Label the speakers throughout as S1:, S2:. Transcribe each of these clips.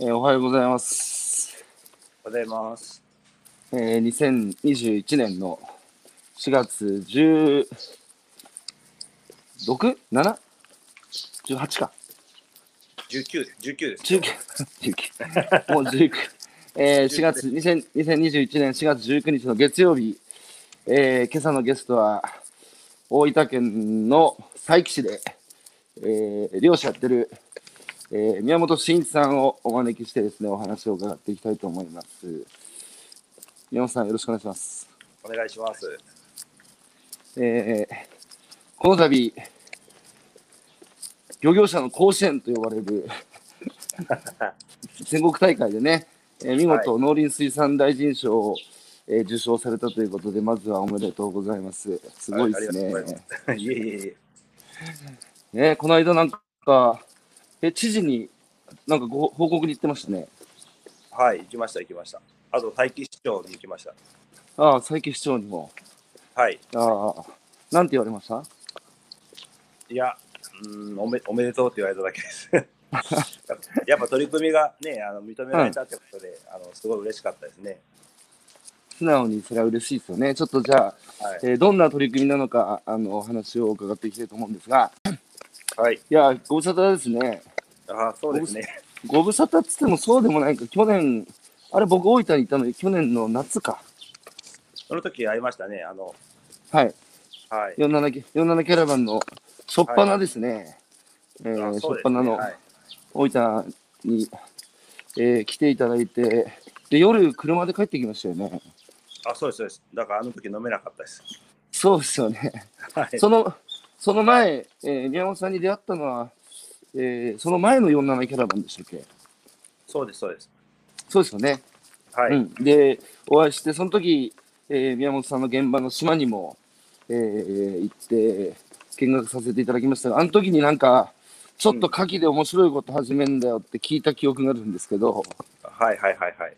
S1: えーおはようございます。
S2: おはようございます。
S1: えー2021年の4月 16?7?18 か。
S2: 19です。19です。
S1: 19。19もう19。えー4月、2000 2021年4月19日の月曜日、えー今朝のゲストは、大分県の佐伯市で、えー漁師やってる、えー宮本慎一さんをお招きしてですね、お話を伺っていきたいと思います。宮本さん、よろしくお願いします。
S2: お願いします。
S1: えーこの度、漁業者の甲子園と呼ばれ る全国大会でね、えー見事農林水産大臣賞を、えー受賞されたということで、まずはおめでとうございます。すごいですね。
S2: はいありがとうございますいえいえいえ。
S1: ねこの間なんか、え知事になんかご報告に行ってましたね。
S2: はい、行きました、行きました。あと、待機市長に行きました。
S1: ああ、佐伯市長にも。
S2: はい。
S1: ああ、なんて言われました
S2: いや、うーんおめ、おめでとうって言われただけ です。やっぱ取り組みがね、あの認められたってことで、あのすごい嬉しかったですね。
S1: 素直にそれは嬉しいですよね。ちょっとじゃあ、
S2: はい。
S1: えーどんな取り組みなのかあのお話を伺っていきたいと思うんですが、
S2: はい、
S1: いや、ご無沙汰ですね。
S2: あそうですね。
S1: ご無沙汰っつってもそうでもないか、去年、あれ、僕、大分にいたので、去年の夏か、
S2: その時会いましたね。あの、
S1: はい、
S2: はい。
S1: 47, キ47キャラバンの初っ端ですね、えー
S2: あ
S1: 初
S2: そう
S1: っ
S2: です
S1: 端
S2: ね
S1: の
S2: はい。
S1: 大分に、えー来ていただいて、で夜、車で帰ってきましたよね。
S2: あ、そうです、そうです。だからあの時飲めなかったです。
S1: そうですよね。
S2: はい。
S1: そのその前、えー宮本さんに出会ったのは、えーその前の47キャラバンでしたっけ
S2: そうです、そうです。
S1: そうですよね。
S2: はい。
S1: うん、で、お会いして、その時、えー宮本さんの現場の島にも、えー行って、見学させていただきましたが、あの時になんか、ちょっと牡蠣で面白いこと始めんだよって聞いた記憶があるんですけど、
S2: はい、はい、はい、はい。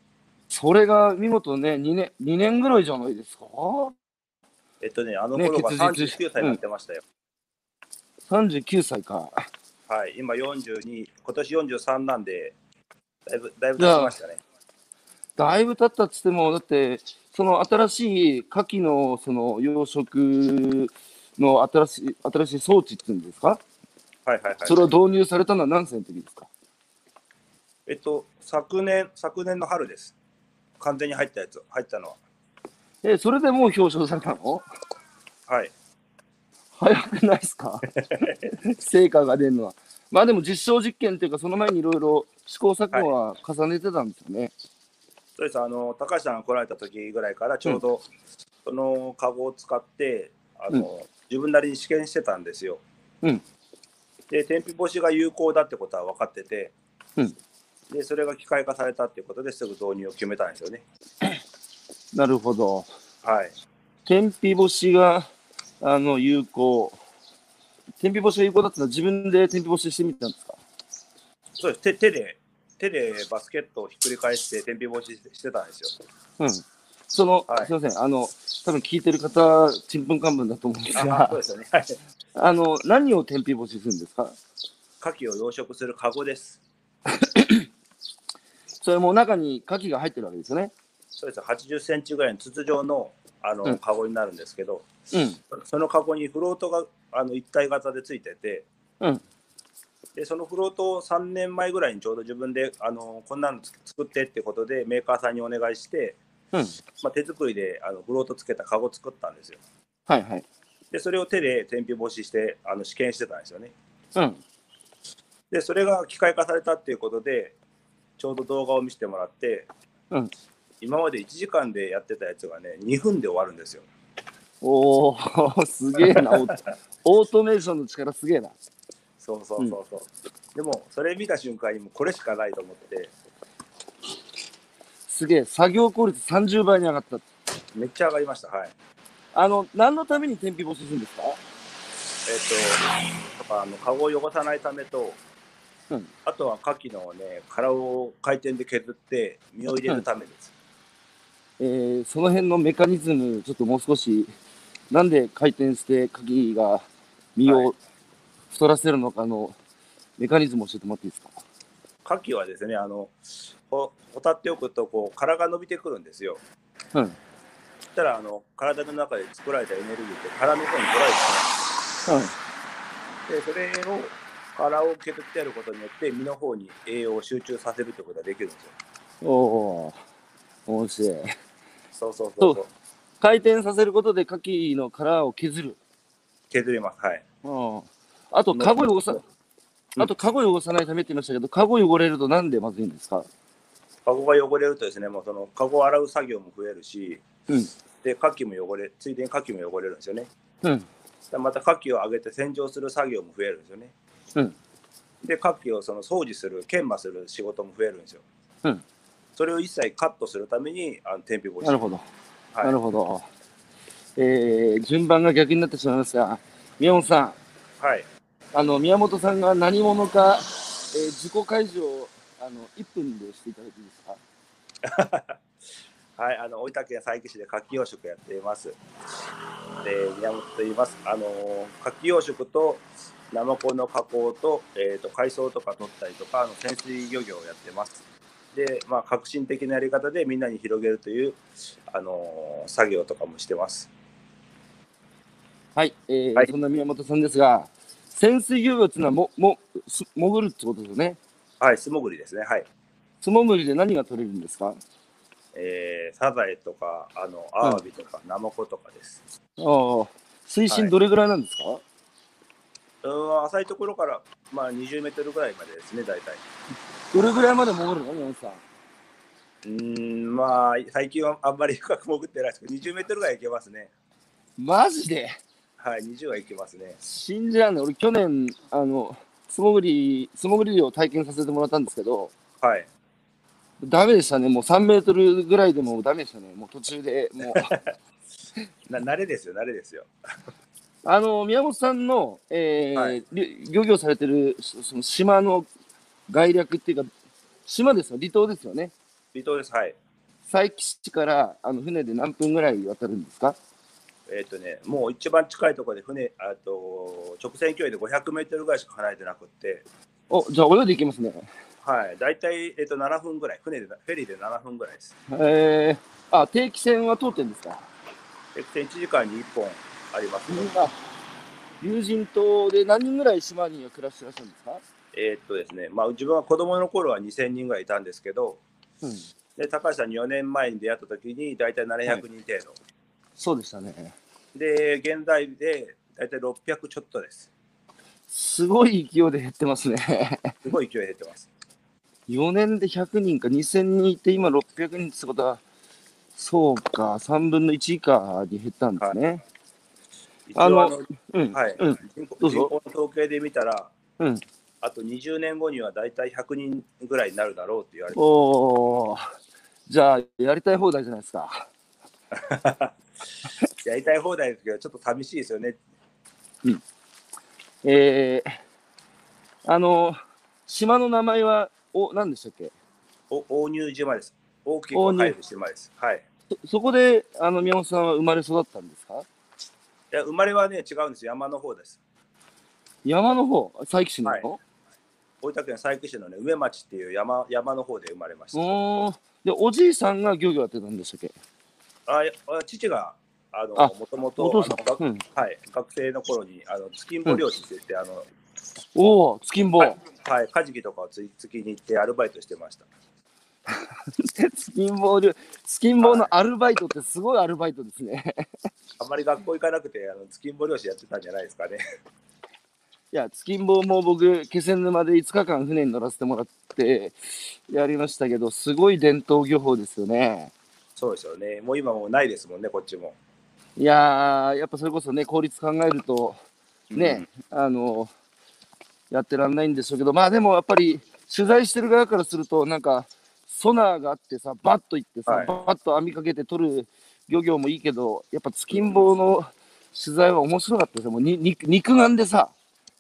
S1: それが見事ね、2年、2年ぐらいじゃないですか
S2: えっとね、あの
S1: ね
S2: 頃は
S1: 結実
S2: 39歳になってましたよ。
S1: ?39 歳か。
S2: はい、今42、今年43なんで、だいぶ、だいぶ
S1: じゃあ
S2: 経ちましたね。
S1: だいぶ経ったっつっても、だって、その新しい牡蠣のその養殖の新しい、新しい装置っていうんですか、
S2: はいはい
S1: それ
S2: は
S1: を
S2: い。
S1: 導入されたのは何歳の時ですか
S2: えっと、昨年、昨年の春です。完全に入ったやつ、入ったのは。
S1: え、それでもう表彰されたの
S2: はい。
S1: 早くないです か成果が出るのは。まあでも実証実験っていうか、その前にいろいろ試行錯誤は重ねてたんですよね。
S2: そうです、あの、高橋さんが来られた時ぐらいから、ちょうど、そのカゴを使って、あの、自分なりに試験してたんですよ。
S1: うん
S2: で、天日干しが有効だってことは分かってて、
S1: うん
S2: で、それが機械化されたっていうことですぐ導入を決めたんですよね。
S1: なるほど。
S2: はい。
S1: 天日干しが、あの、有効。天日干しが有効だったのは自分で天日干ししてみたんですか
S2: そうです手手で手でバスケットをひっくり返して天日干ししてたんですよ。
S1: うん。その、
S2: はい
S1: すいません。あの、多分聞いてる方、ちんぷんかんぷんだと思うんです
S2: あそう
S1: が、
S2: ですよね。はい。
S1: あの、何を天日干しするんですか
S2: 牡蠣を養殖するカゴです。
S1: それも中に牡蠣が入ってるわけですよね。
S2: そうです。80センチぐらいの筒状のあの、
S1: うん
S2: カゴになるんですけど、
S1: うん。
S2: そのカゴにフロートがあの一体型でついてて、
S1: うん
S2: でそのフロートを3年前ぐらいにちょうど自分であのこんなのつ作ってってことでメーカーさんにお願いして、
S1: うん。
S2: まあ、手作りであのフロートつけたカゴ作ったんですよ。
S1: はいはい。
S2: でそれを手で天日干ししてあの試験してたんですよね。
S1: うん。
S2: でそれが機械化されたっていうことでちょうど動画を見せてもらって、
S1: うん
S2: 今まで1時間でやってたやつがね2分で終わるんですよ
S1: おお、すげえな。オー トオートメーションの力すげえな。
S2: そうそうそうそう、でもそれ見た瞬間にもうこれしかないと思って
S1: すげえ。作業効率30倍に上がった。
S2: めっちゃ上がりましたはい
S1: あの、何のために天日干しするんですか
S2: えっ、ととかあのカゴを汚さないためと、
S1: うん
S2: あとは牡蠣のね殻を回転で削って身を入れるためです、
S1: えー、その辺のメカニズム、ちょっともう少し、なんで回転して鍵が身
S2: は
S1: を太らせるのかのメカニズムを教えてもらっていいですか
S2: 牡蠣はですね、あの、ほほたっておくと、こう、殻が伸びてくるんですよ。
S1: うん。
S2: そしたら、あの、体の中で作られたエネルギーって殻の方に取られてしまう。で、それを、殻を受け取ってやることによって、身の方に栄養を集中させるってことができるんですよ。
S1: うん。おお。面白い。
S2: そうそうそうそ。
S1: そう回転させることで牡蠣の殻を削る。
S2: 削れます。はい。
S1: うん。あと、カゴ汚さ、あと、カゴ汚さないためって言いましたけど、カゴ汚れるとなんでまずいんですか
S2: カゴが汚れるとですね、もうその、カゴを洗う作業も増えるし、
S1: うん。
S2: で、牡蠣も汚れ、ついでに牡蠣も汚れるんですよね。
S1: うん。
S2: でまた牡蠣を揚げて洗浄する作業も増えるんですよね。
S1: うん。
S2: で、牡蠣をその掃除する、研磨する仕事も増えるんですよ。
S1: うん。
S2: それを一切カットするために、あの天日干し。
S1: なるほど。
S2: はい
S1: なるほど。えー、順番が逆になってしまいますが、宮本さん、
S2: はい。
S1: あの、宮本さんが何者か、えー、自己解除を、あの、1分でしていただいていいですか
S2: はい、あの、大分県佐伯市で牡蠣養殖やっています。で、宮本と言います。あのー、牡蠣養殖と、ナマコの加工と、えっ、と、海藻とか取ったりとか、あの、潜水漁業をやってます。で、まあ、革新的なやり方でみんなに広げるという、あのー作業とかもしてます。
S1: はい、えー
S2: はい
S1: そんな宮本さんですが、潜水漁業っていうのはも、も、す潜るってことですよね。
S2: はい、素潜りですね。はい。
S1: 素潜りで何が取れるんですか
S2: えーサザエとか、あの、アワビとか、ナマコとかです。
S1: ああ、水
S2: は
S1: 深
S2: い
S1: どれぐらいなんですか、
S2: うん、浅いところから、まあ、20メートルぐらいまでですね、大体。
S1: どれぐらいまで潜るの宮本さん。
S2: うん、まあ、最近はあんまり深く潜ってないですけど、20メートルぐらい行けますね。
S1: マジで
S2: はい、20は行けますね。
S1: 信じらんない。俺、去年、あの、素潜り、素潜り漁を体験させてもらったんですけど、
S2: はい。
S1: ダメでしたね。もう3メートルぐらいでもうダメでしたね。もう途中で、 もう。
S2: な慣れですよ、慣れですよ。
S1: あの、宮本さんの、えー
S2: はい
S1: り漁業されてる、そその島の概略っていうか、島ですよ。離島ですよね。
S2: 離島です、はい。
S1: 佐伯市からあの船で何分ぐらい渡るんですか
S2: えっ、とね、もう一番近いところで船、あと、直線距離で500メートルぐらいしか離れてなくって、
S1: おじゃあ泳いでいきますね。
S2: はい、大体、えっ、と、7分ぐらい、船で、フェリーで7分ぐらいです。
S1: えー、あ定期船は通ってんですか、
S2: で1時間に1本あります、ね。
S1: あ友人島で何人ぐらい島には暮らしてらっしゃるんですか、
S2: えーっとですね、まあ、自分は子供の頃は2000人ぐらいいたんですけど、
S1: うん、
S2: で高橋さんに4年前に出会った時に大体700人程度、
S1: そうでしたね。
S2: で現在で大体600ちょっとです。
S1: すごい勢いで減ってますね。
S2: すごい勢い減ってます。
S1: 4年で100人か2000人いて、今600人ってことは、そうか、3分の1以下に減ったんですね。
S2: 一応
S1: あ
S2: あ
S1: の
S2: の
S1: うん、
S2: はい
S1: うん、
S2: 人口
S1: どうぞ
S2: 人口の統計で見たら、
S1: うん。
S2: あと20年後には大体100人ぐらいになるだろうって言われて、
S1: おー、じゃあ、やりたい放題じゃないですか。
S2: やりたい放題ですけど、ちょっと寂しいですよね。
S1: えー、あの、島の名前は、お、何でしたっけ
S2: お大乳島です。大きく回復島です。はい。
S1: そそこで、あの、宮本さんは生まれ育ったんですか
S2: いや生まれはね、違うんですよ。山の方です。
S1: 山の方、佐伯市の方、
S2: 大分県佐伯市のね、上町っていう山山の方で生まれました。
S1: おーで、おじいさんが漁業やってたんでしたっけ
S2: あいやあ父があの
S1: あ
S2: もとも
S1: お
S2: と
S1: 父さ
S2: あのが
S1: ん。うん、
S2: はい、学生の頃にあの月んぼ漁師って言って、あの
S1: おー、月んぼ。
S2: はいはい、カジキとかをつつきに行ってアルバイトしてました。
S1: スキンボール、スキンボーのアルバイトってすごいアルバイトですね。
S2: あんまり学校行かなくてあの月んぼ漁師やってたんじゃないですかね。
S1: いや、スキンボーも僕、気仙沼で5日間船に乗らせてもらってやりましたけど、すごい伝統漁法ですよね。
S2: そうですよね。もう今もうないですもんね、こっちも。
S1: いやー、やっぱそれこそね、効率考えると、ね、あの、やってらんないんでしょうけど、まあでもやっぱり、取材してる側からすると、なんか、ソナーがあってさ、バッと行ってさ、
S2: はい
S1: バッと網かけて取る漁業もいいけど、やっぱ、スキンボーの取材は面白かったですよ。もうに肉肉眼で さ、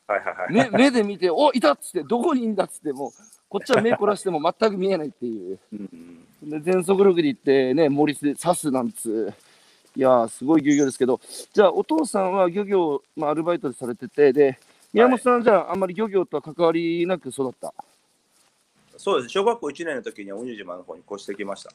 S2: はいはいはい。
S1: 目目で見て、おいたっつって、どこにいんだっつって、もう、こっちは目凝らしても全く見えないっていう。
S2: うんうん
S1: で全速力で行ってね、森で刺すなんつう、いやー、すごい漁業ですけど、じゃあ、お父さんは漁業、まあ、アルバイトでされてて、で、宮本さんはじゃあ、あんまり漁業とは関わりなく育った。
S2: そうです。小学校1年の時には鬼島の方に越してきました。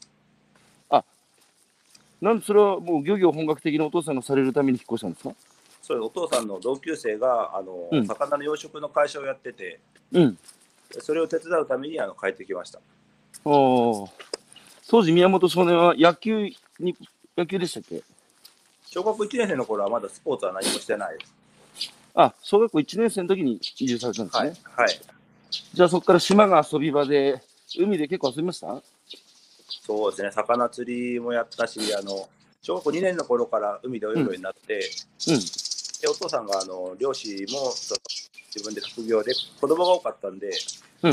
S1: なんでそれはもう漁業本格的なお父さんがされるために引っ越したんですか
S2: そうお父さんの同級生があの、
S1: うん
S2: 魚の養殖の会社をやってて、
S1: うん。
S2: それを手伝うためにあの帰ってきました。
S1: おー当時、宮本少年は野球に、野球でしたっけ
S2: 小学1年生の頃はまだスポーツは何もしてないです。
S1: あ、小学校1年生の時に移住されたんですね。
S2: はい。
S1: じゃあそこから島が遊び場で、海で結構遊びました
S2: そうですね。魚釣りもやったし、あの小学校2年の頃から海で泳ぐようになって、
S1: うん。
S2: でお父さんがあの漁師もその自分で副業で子供が多かったんで、
S1: うん。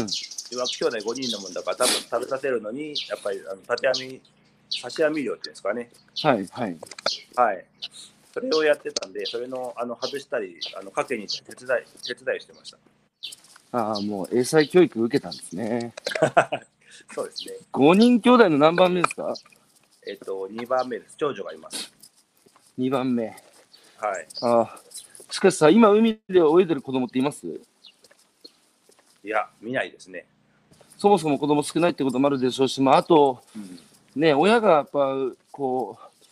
S2: 今兄弟5人のもんだから多分食べさせるのにやっぱりあの縦網刺し網漁っていうんですかね。
S1: はい、はい。
S2: はい。それをやってたんで、それのあの外したり、あのかけに手伝い手伝いしてました。
S1: ああ、もう英才教育受けたんですね。
S2: そうですね。
S1: 5人兄弟の何番目ですか
S2: えっと、2番目です。長女がいます。
S1: ?2 番目。
S2: はい。
S1: ああ。しかしさ、今海で泳いでる子供っています
S2: いや、見ないですね。
S1: そもそも子供少ないってこともあるでしょうし、まあ、あと、
S2: うん、
S1: ね、親がやっぱこう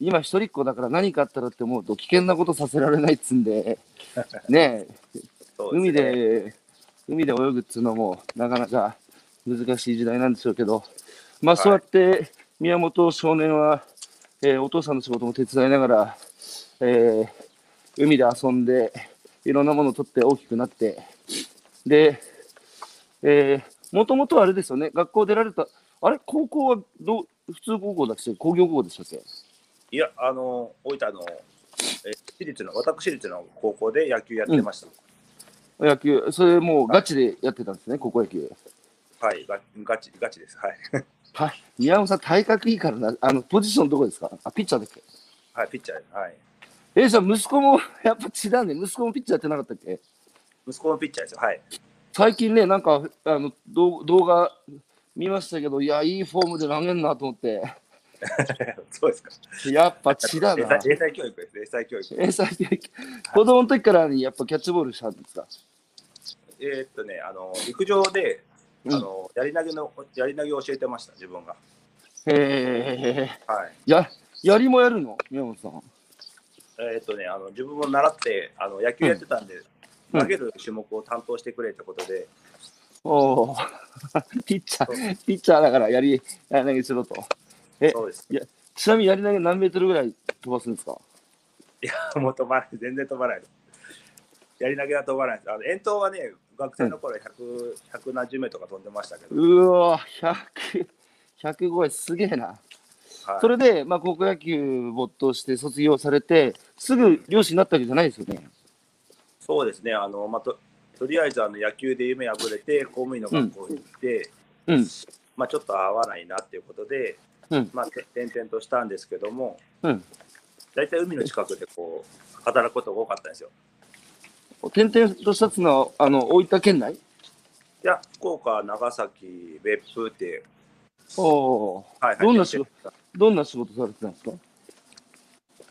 S1: 今一人っ子だから何かあったらって思うと危険なことさせられないっつんで、ね、
S2: そう
S1: 海
S2: すね。
S1: で海で泳ぐっつうのもなかなか難しい時代なんでしょうけど、まあ、そうやって宮本少年は、えーお父さんの仕事も手伝いながら、えー海で遊んでいろんなものを取って大きくなってでもともとはあれですよね学校出られたあれ高校はどう普通高校だっけ工業高校でしたっけ
S2: いや、あの、大分の、え私立の、私立の高校で野球やってました。
S1: 野球それもうガチでやってたんですね高校野球。
S2: はい、ガガチ、ガチです。はい。
S1: はい、宮本さん、体格いいからな、あのポジションどこですかあ、ピッチャーだっけ
S2: はい、ピッチャーです。はい。
S1: え、じゃあ息子も やっぱ違うね、息子もピッチャーやってなかったっけ
S2: 息子のピッチャーですよ。はい。
S1: 最近ね、なんかあの動動画見ましたけど、いや、いいフォームで投げんなと思 って、
S2: そうですか。
S1: やっぱ違うな
S2: 英。才英才教育です。英才教育。
S1: え、最近、子供の時からやっぱキャッチボールしたんですか
S2: えーっとね、あの、陸上で、あの、やり投げの、やり投げを教えてました、自分が。
S1: へえ、
S2: はい。
S1: や、やりもやるの宮本さん。
S2: えーっとね、あの自分も習ってあの野球やってたんで、
S1: うん
S2: 投げる種目を担当してくれってことで、
S1: おお ピッチャー、ピッチャーだからやり、やり投げしろと。え
S2: そうです。
S1: ちなみにやり投げ何メートルぐらい飛ばすんですか
S2: もう飛ばない、全然飛ばないです。やり投げは飛ばないです。あの遠投はね、学生の頃100、100何十名とか飛んでましたけど、
S1: うわ100、105すげえな。
S2: はい
S1: それで、まあ、高校野球没頭して卒業されて、すぐ漁師になったわけじゃないですよね。
S2: そうですね、あのまあ、ととりあえずあの野球で夢破れて、公務員の学校に行って、
S1: うん。
S2: まあ、ちょっと合わないなっていうことで、
S1: うん
S2: まあ、て転々としたんですけども、
S1: うん。
S2: 大体海の近くでこう働くことが多かったんですよ。
S1: 転々としたっつうのは、あの、大分県内
S2: いや、福岡、長崎、別府って、
S1: おお
S2: はいはい、
S1: どんな仕事
S2: 事
S1: ー。どんな仕事されてたんですか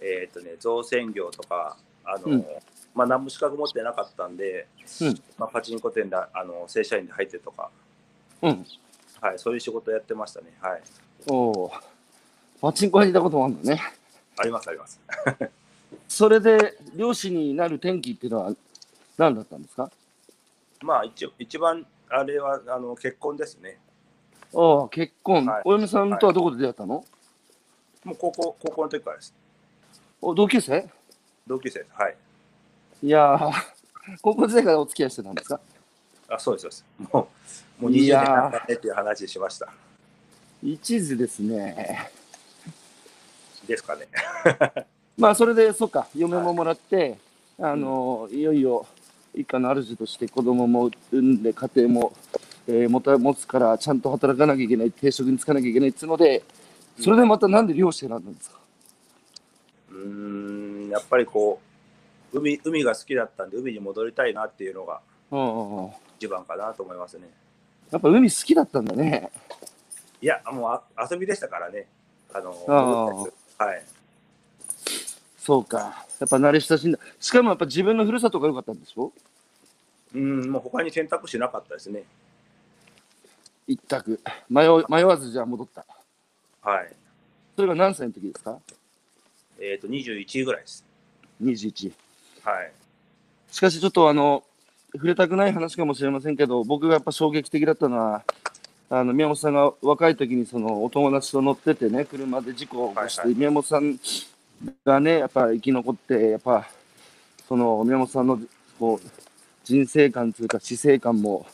S2: えっ、とね、造船業とか、あの、
S1: うん
S2: まあ、何も資格持ってなかったんで、
S1: うん
S2: まあ、パチンコ店で、あの、正社員で入ってとか、
S1: うん。
S2: はい、そういう仕事やってましたね。はい。
S1: おおー。パチンコ屋にいたこともあるんだね。
S2: あります、あります。
S1: それで、漁師になる転機っていうのは、何だったんですか
S2: まあ、一応一番、あれは、あの、結婚ですね。
S1: おお、結婚、
S2: はい
S1: お嫁さんとはどこで出会ったの、
S2: もう高校、高校の時からです。
S1: お同級生
S2: 同級生です。はい。
S1: いやー、高校時代からお付き合いしてたんですか
S2: あ、そうです、そうです。もう、もう20
S1: い
S2: 年
S1: やー
S2: 経ったねっていう話しました。
S1: 一途ですね。
S2: ですかね。
S1: まあ、それで、そうか、嫁ももらって、あの、いよいよ、一家の主として子供も産んで、家庭も、えー持た持つから、ちゃんと働かなきゃいけない、定職に就かなきゃいけないっていうので、それでまたなんで漁師選んだんですか、
S2: うーん、やっぱりこう、海、海が好きだったんで、海に戻りたいなっていうのが
S1: うん、
S2: 一番かなと思いますね。
S1: やっぱ海好きだったんだね。
S2: いや、もうあ遊びでしたからね。あの、
S1: あー
S2: 戻ったやつ
S1: そうか。やっぱ慣れ親しんだ。しかもやっぱ自分の故郷が良かったんでしょ
S2: はい。うん、もう他に選択肢なかったですね。
S1: 一択迷う迷わずじゃあ戻った
S2: はい。
S1: それが何歳の時ですか
S2: えっ、と、21ぐらいです。
S1: 21
S2: はい。
S1: しかしちょっとあの触れたくない話かもしれませんけど僕がやっぱ衝撃的だったのはあの宮本さんが若い時にそのお友達と乗っててね車で事故を起こして、
S2: はいは
S1: 宮本さんがねやっぱ生き残ってやっぱその宮本さんのこう人生観というか死生観も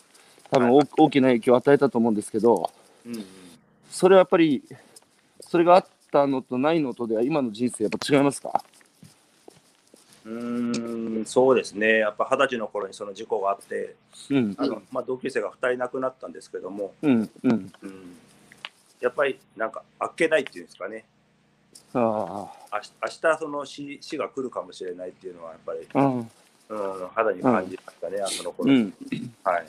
S1: 多分大,、大きな影響を与えたと思うんですけど
S2: うん、うん。
S1: それはやっぱりそれがあったのとないのとでは今の人生やっぱ違いますか
S2: うーんそうですね、やっぱ二十歳の頃にその事故があって、
S1: うん
S2: あのまあ、同級生が2人亡くなったんですけども、
S1: うんうん
S2: うん、やっぱりなんか、あっけないっていうんですかね、
S1: あ
S2: あし明日その死死が来るかもしれないっていうのは、やっぱり、
S1: あうん
S2: うん、肌に感じましたね、あその頃、
S1: うん
S2: はい、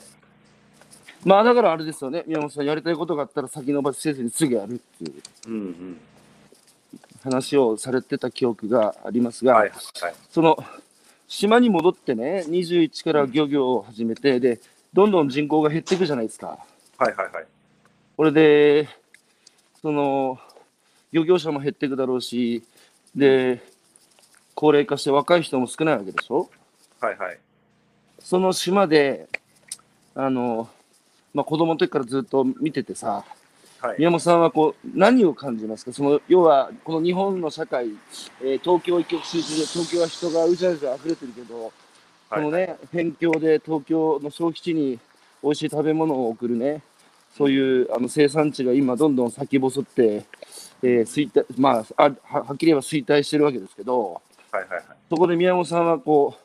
S1: まあだからあれですよね、宮本さん、やりたいことがあったら先延ばしせずにすぐやるっていう
S2: うんうん、
S1: 話をされてた記憶がありますが、
S2: はい、はい、
S1: その島に戻ってね、21から漁業を始めて、で、どんどん人口が減っていくじゃないですか。
S2: はい、はい、はい、
S1: これで、その漁業者も減っていくだろうし、で、高齢化して若い人も少ないわけでしょ。
S2: はい、はい、
S1: その島で、あの、まあ、子供の時からずっと見ててさ、
S2: はい、
S1: 宮本さんはこう何を感じますかその要はこの日本の社会、えー東京一極集中で東京は人がうじゃうじゃ溢れてるけど、
S2: はい
S1: このね辺境で東京の消費地に美味しい食べ物を送るねそういうあの生産地が今どんどん先細って、えー衰退まああははっきり言えば衰退してるわけですけど
S2: はい、はい、はい
S1: そこで宮本さんはこ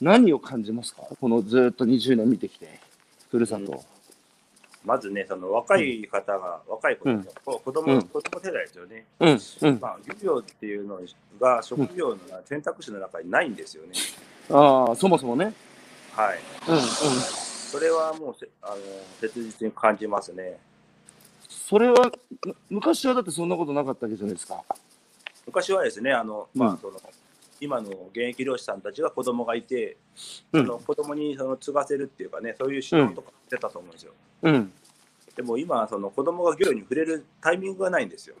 S1: う何を感じますかこのずっと20年見てきてふるさと。
S2: まずね、その若い方が、若い子たちがこ子供、
S1: うん
S2: 子供世代ですよね、
S1: うんうん、
S2: まあ、漁業っていうのが職業の選択肢の中にないんですよね。
S1: ああそもそもね。
S2: はい。
S1: うんうん
S2: それはもうせ、あの、切実に感じますね。
S1: それはむ昔はだってそんなことなかったわけじゃないですか。
S2: 昔はですね、あの、
S1: うん
S2: まあ、その、今の現役漁師さんたちが子供がいて、
S1: う
S2: その
S1: ん
S2: 子供にその継がせるっていうかね、そういう指導とかしてたと思うんですよ。
S1: うん、
S2: でも今、その子供が漁業に触れるタイミングがないんですよ。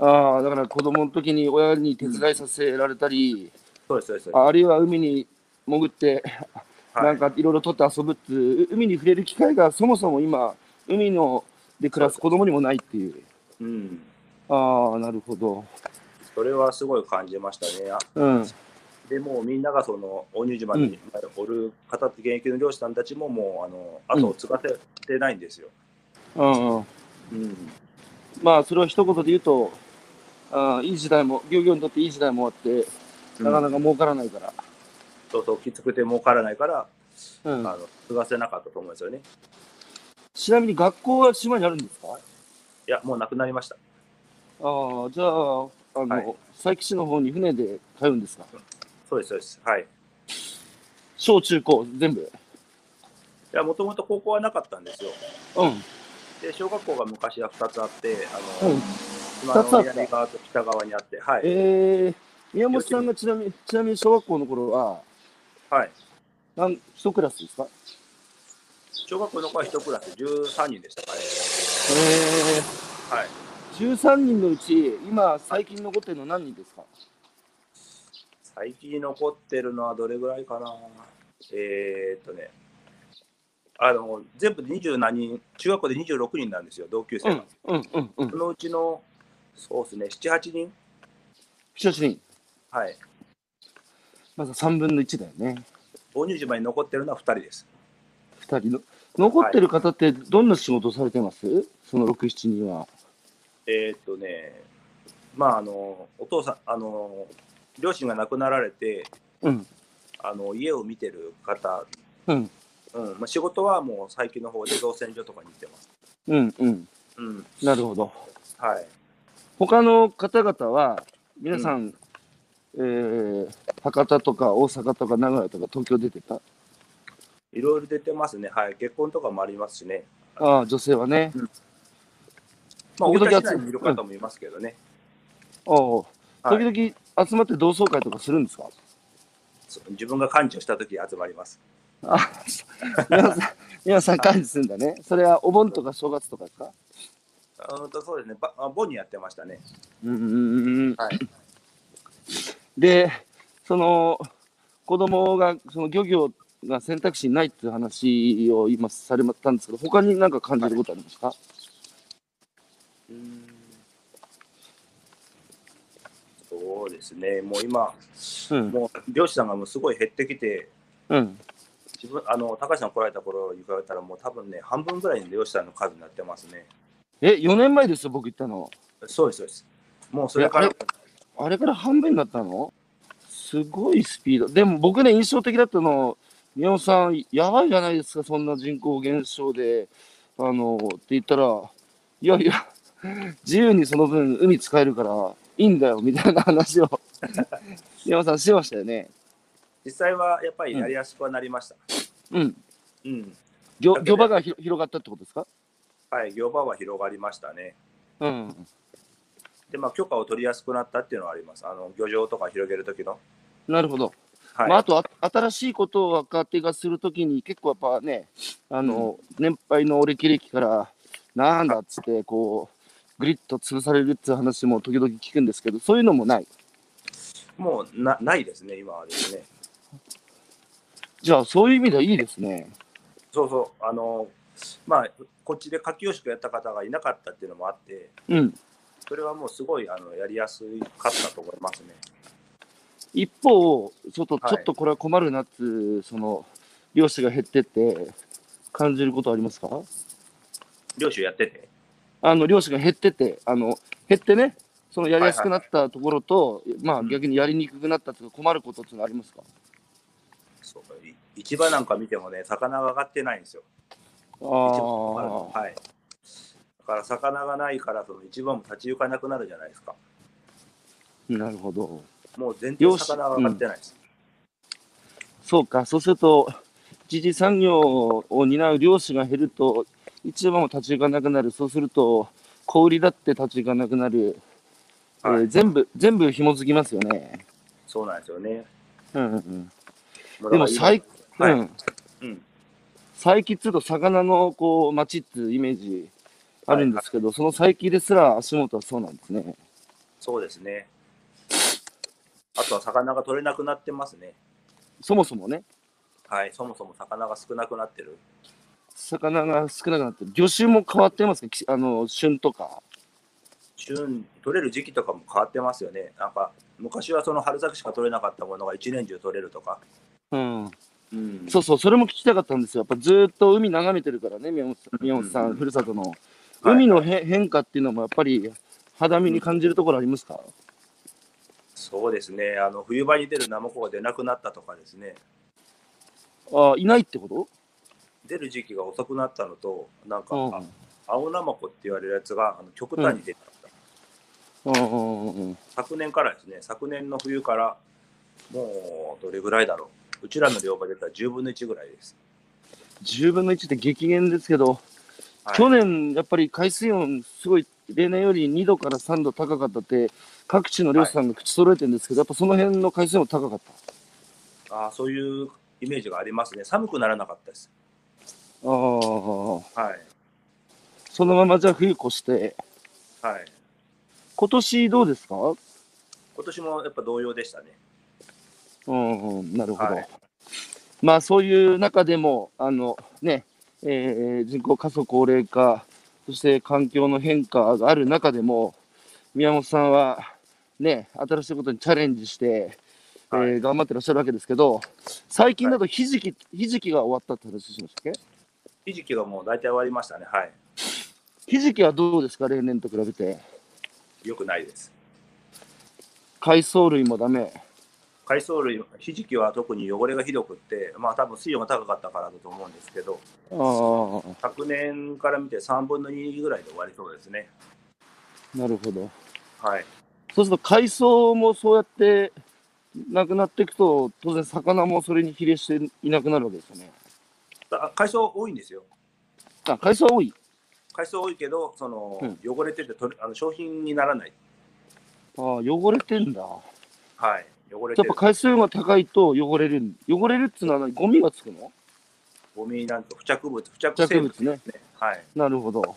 S1: ああだから子供の時に親に手伝いさせられたり、
S2: そうです、そうです。
S1: あるいは海に潜って、
S2: はい
S1: なんかいろいろ取って遊ぶっていう海に触れる機会がそもそも今海ので暮らす子供にもないっていう。
S2: うん。
S1: ああなるほど。
S2: それはすごい感じましたね。あ
S1: うん
S2: でもうみんながその大乳島におる方って現役の漁師さんたちももうあの後を継がせてないんですよ。
S1: うんうん、
S2: うん、
S1: まあそれは一言で言うとああいい時代も漁業にとっていい時代もあってなかなか儲からないから。
S2: そうそうきつくて儲からないから、
S1: うん
S2: あの継がせなかったと思うんですよね。
S1: ちなみに学校は島にあるんですか
S2: いやもうなくなりました。
S1: ああ、じゃあ、あの、
S2: はい
S1: 佐伯市の方に船で通うんですか
S2: そうですそうです。はい。い
S1: 小中高、全部。
S2: やもともと高校はなかったんですよ。
S1: うん。
S2: で小学校が昔は2つあってあの、
S1: うん
S2: 島
S1: 二つあ
S2: の
S1: った
S2: 左側と北側にあってはい、
S1: えー、宮本さんがちなみに、ちなみに小学校の頃は、
S2: はい。
S1: なん一クラスですか
S2: 小学校の子は1クラス13人でしたかね。
S1: え
S2: はい。
S1: ー、13人のうち、今、最近残ってるの何人ですか
S2: 最近残ってるのはどれぐらいかなえー、っとね、あの、全部で20何人、中学校で26人なんですよ、同級生が。、
S1: うん、うん、うん
S2: そ。のうちの、そうですね、7、8人、
S1: 一人。
S2: はい、
S1: まず3分の1だよね。
S2: 大乳島に残ってるのは2人です。
S1: 2人の。残ってる方って、どんな仕事されてます、その6、7人は。
S2: えー、っとね、まあ、あの、お父さん、あの、両親が亡くなられて、
S1: うん、
S2: あの家を見てる方、
S1: うん、
S2: うんまあ、仕事はもう最近の方で造船所とかに行ってます。
S1: うん、うん。
S2: うん、
S1: なるほど。
S2: はい。
S1: 他の方々は皆さん、えー博多とか大阪とか名古屋とか東京出てた
S2: いろいろ出てますね。はい。結婚とかもありますしね。
S1: ああ女性はね
S2: まあ、
S1: 時
S2: 大
S1: 々
S2: 分市内にいる方もいますけどね。
S1: ああ
S2: はい
S1: 時々集まって同窓会とかするんですか、
S2: そう自分が館長した時集まります。
S1: あ皆さん皆さん管理するんだね。それはお盆とか正月とかですか
S2: うんとそうですね、ばあボンにやってましたね。
S1: うんうんうんうん。
S2: はい。
S1: で、その、子供が、その漁業が選択肢にないっていう話を今されたんですけど、他に何か感じることありますか、
S2: うんそうですね、もう今、
S1: うん。
S2: もう漁師さんがもうすごい減ってきて、
S1: うん。
S2: 自分あの高橋さん来られた頃に比べたら、もう多分ね、半分ぐらいの漁師さんの数になってますね。
S1: え、4年前ですよ、僕行ったの。
S2: そうです、そうです。もうそれか
S1: い
S2: ら
S1: や、あれから半分になったのすごいスピード。でも僕ね、印象的だったの、宮本さん、やばいじゃないですか、そんな人口減少で、あの、って言ったら、いやいや、自由にその分海使えるから、いいんだよ、みたいな話を、宮本さんしてましたよね。
S2: 実際はやっぱりやりやすくはなりました。
S1: うん。
S2: うん、
S1: 漁漁場がひろ広がったってことですか
S2: はい、漁場は広がりましたね。
S1: うん。
S2: で、まあ、許可を取りやすくなったっていうのはあります。あの漁場とか広げる時の。
S1: なるほど。
S2: はい。
S1: まあ、あとあ新しいことを若手がするときに結構やっぱねあの、年配の俺歴々からなんだっつってこうグリッと潰されるっていう話も時々聞くんですけどそういうのもない
S2: もうなないですね、今はですね。
S1: じゃあそういう意味ではいいですね
S2: そうそう、あの、まあ、こっちで夏季養殖やった方がいなかったっていうのもあって、
S1: うん
S2: それはもうすごいあのやりやすかったと思いますね。
S1: 一方ちょっと、
S2: はい
S1: ちょっとこれは困るなっていうその漁師が減ってって感じることありますか
S2: 漁師をやってて。
S1: あの漁師が減っててあの減ってねそのやりやすくなったところと、まあ
S2: うん
S1: 逆にやりにくくなったというか困ることっていうのはありますか
S2: そうい市場なんか見てもね、魚が上がってないんですよ。
S1: ああ
S2: 市場はい。だから魚がないから、その市場も立ち行かなくなるじゃないですか。
S1: なるほど。
S2: もう全
S1: 漁
S2: 然
S1: 師
S2: 魚が上がってないです。
S1: そうか、そうすると、一次産業を担う漁師が減ると、市場も立ち行かなくなる、そうすると、小売りだって立ち行かなくなる、
S2: はい
S1: えー全部、全部紐づきますよね。
S2: そうなんですよね。
S1: うんうん
S2: で
S1: でも最うん。
S2: はい
S1: うん
S2: うん、
S1: 最近っつうと、魚のこう町っていうイメージあるんですけど、その最近ですら足元はそうなんですね。
S2: そうですね。あとは魚が取れなくなってますね。
S1: そもそもね、
S2: はい、そもそも魚が少なくなってる。
S1: 魚が少なくなってる、魚種も変わってますか、きあの旬とか。
S2: 旬、取れる時期とかも変わってますよね。なんか、昔はその春先しか取れなかったものが一年中取れるとか。
S1: うん
S2: うん
S1: そうそう、それも聞きたかったんですよ。やっぱずーっと海眺めてるからね、宮本さん、宮本さ
S2: うんん
S1: ふるさとの。
S2: はい
S1: 海のへ変化っていうのもやっぱり肌身に感じるところありますか、
S2: そうですね。あの、冬場に出るナマコが出なくなったとかですね。
S1: ああ、いないってこと
S2: 出る時期が遅くなったのと、なんか、
S1: うん
S2: あ青ナマコって言われるやつがあの極端に出てた、
S1: うんうんうんうん。
S2: 昨年からですね、昨年の冬から、もうどれぐらいだろう。うちらの漁場で言ったら10分の1ぐらいです。
S1: 10分の1って激減ですけど、
S2: はい
S1: 去年やっぱり海水温すごい例年より2度から3度高かったって、各地の漁師さんが口揃えてるんですけど、やっぱその辺の海水温高かった。
S2: あーそういうイメージがありますね。寒くならなかったです。
S1: ああ、
S2: はい。
S1: そのままじゃあ冬越して、
S2: はい。
S1: 今年どうですか
S2: 今年もやっぱ同様でしたね。
S1: うんうん、なるほど。
S2: はい
S1: まあそういう中でも、あのね、えー人口過疎高齢化、そして環境の変化がある中でも、宮本さんはね、新しいことにチャレンジして、
S2: はい
S1: えー頑張ってらっしゃるわけですけど、最近だとひじき、ひじきが終わったって話しましたっけ
S2: ひじきがもう大体終わりましたね。はい。
S1: ひじきはどうですか、例年と比べて。
S2: よくないです。
S1: 海藻類もダメ。
S2: 海藻類、ひじきは特に汚れがひどくって、まあ多分水温が高かったからだと思うんですけど、
S1: ああ、
S2: 昨年から見て3分の2ぐらいで終わりそうですね。
S1: なるほど。
S2: はい。
S1: そうすると海藻もそうやってなくなっていくと、当然魚もそれに比例していなくなるわけですよね。
S2: あ海藻多いんですよ。
S1: あ、海藻は多い。
S2: 海藻多いけど、その、
S1: うん
S2: 汚れてて取れあの商品にならない。
S1: あー汚れてんだ。
S2: はい。汚れ
S1: や
S2: て
S1: っ
S2: る
S1: ぱ海水温が高いと汚れるん。汚れるっていうのは何ゴミがつくの
S2: ゴミなんと付着物、付着
S1: 付
S2: 生
S1: 着
S2: 物
S1: 物ね。
S2: ね。はい。
S1: なるほど。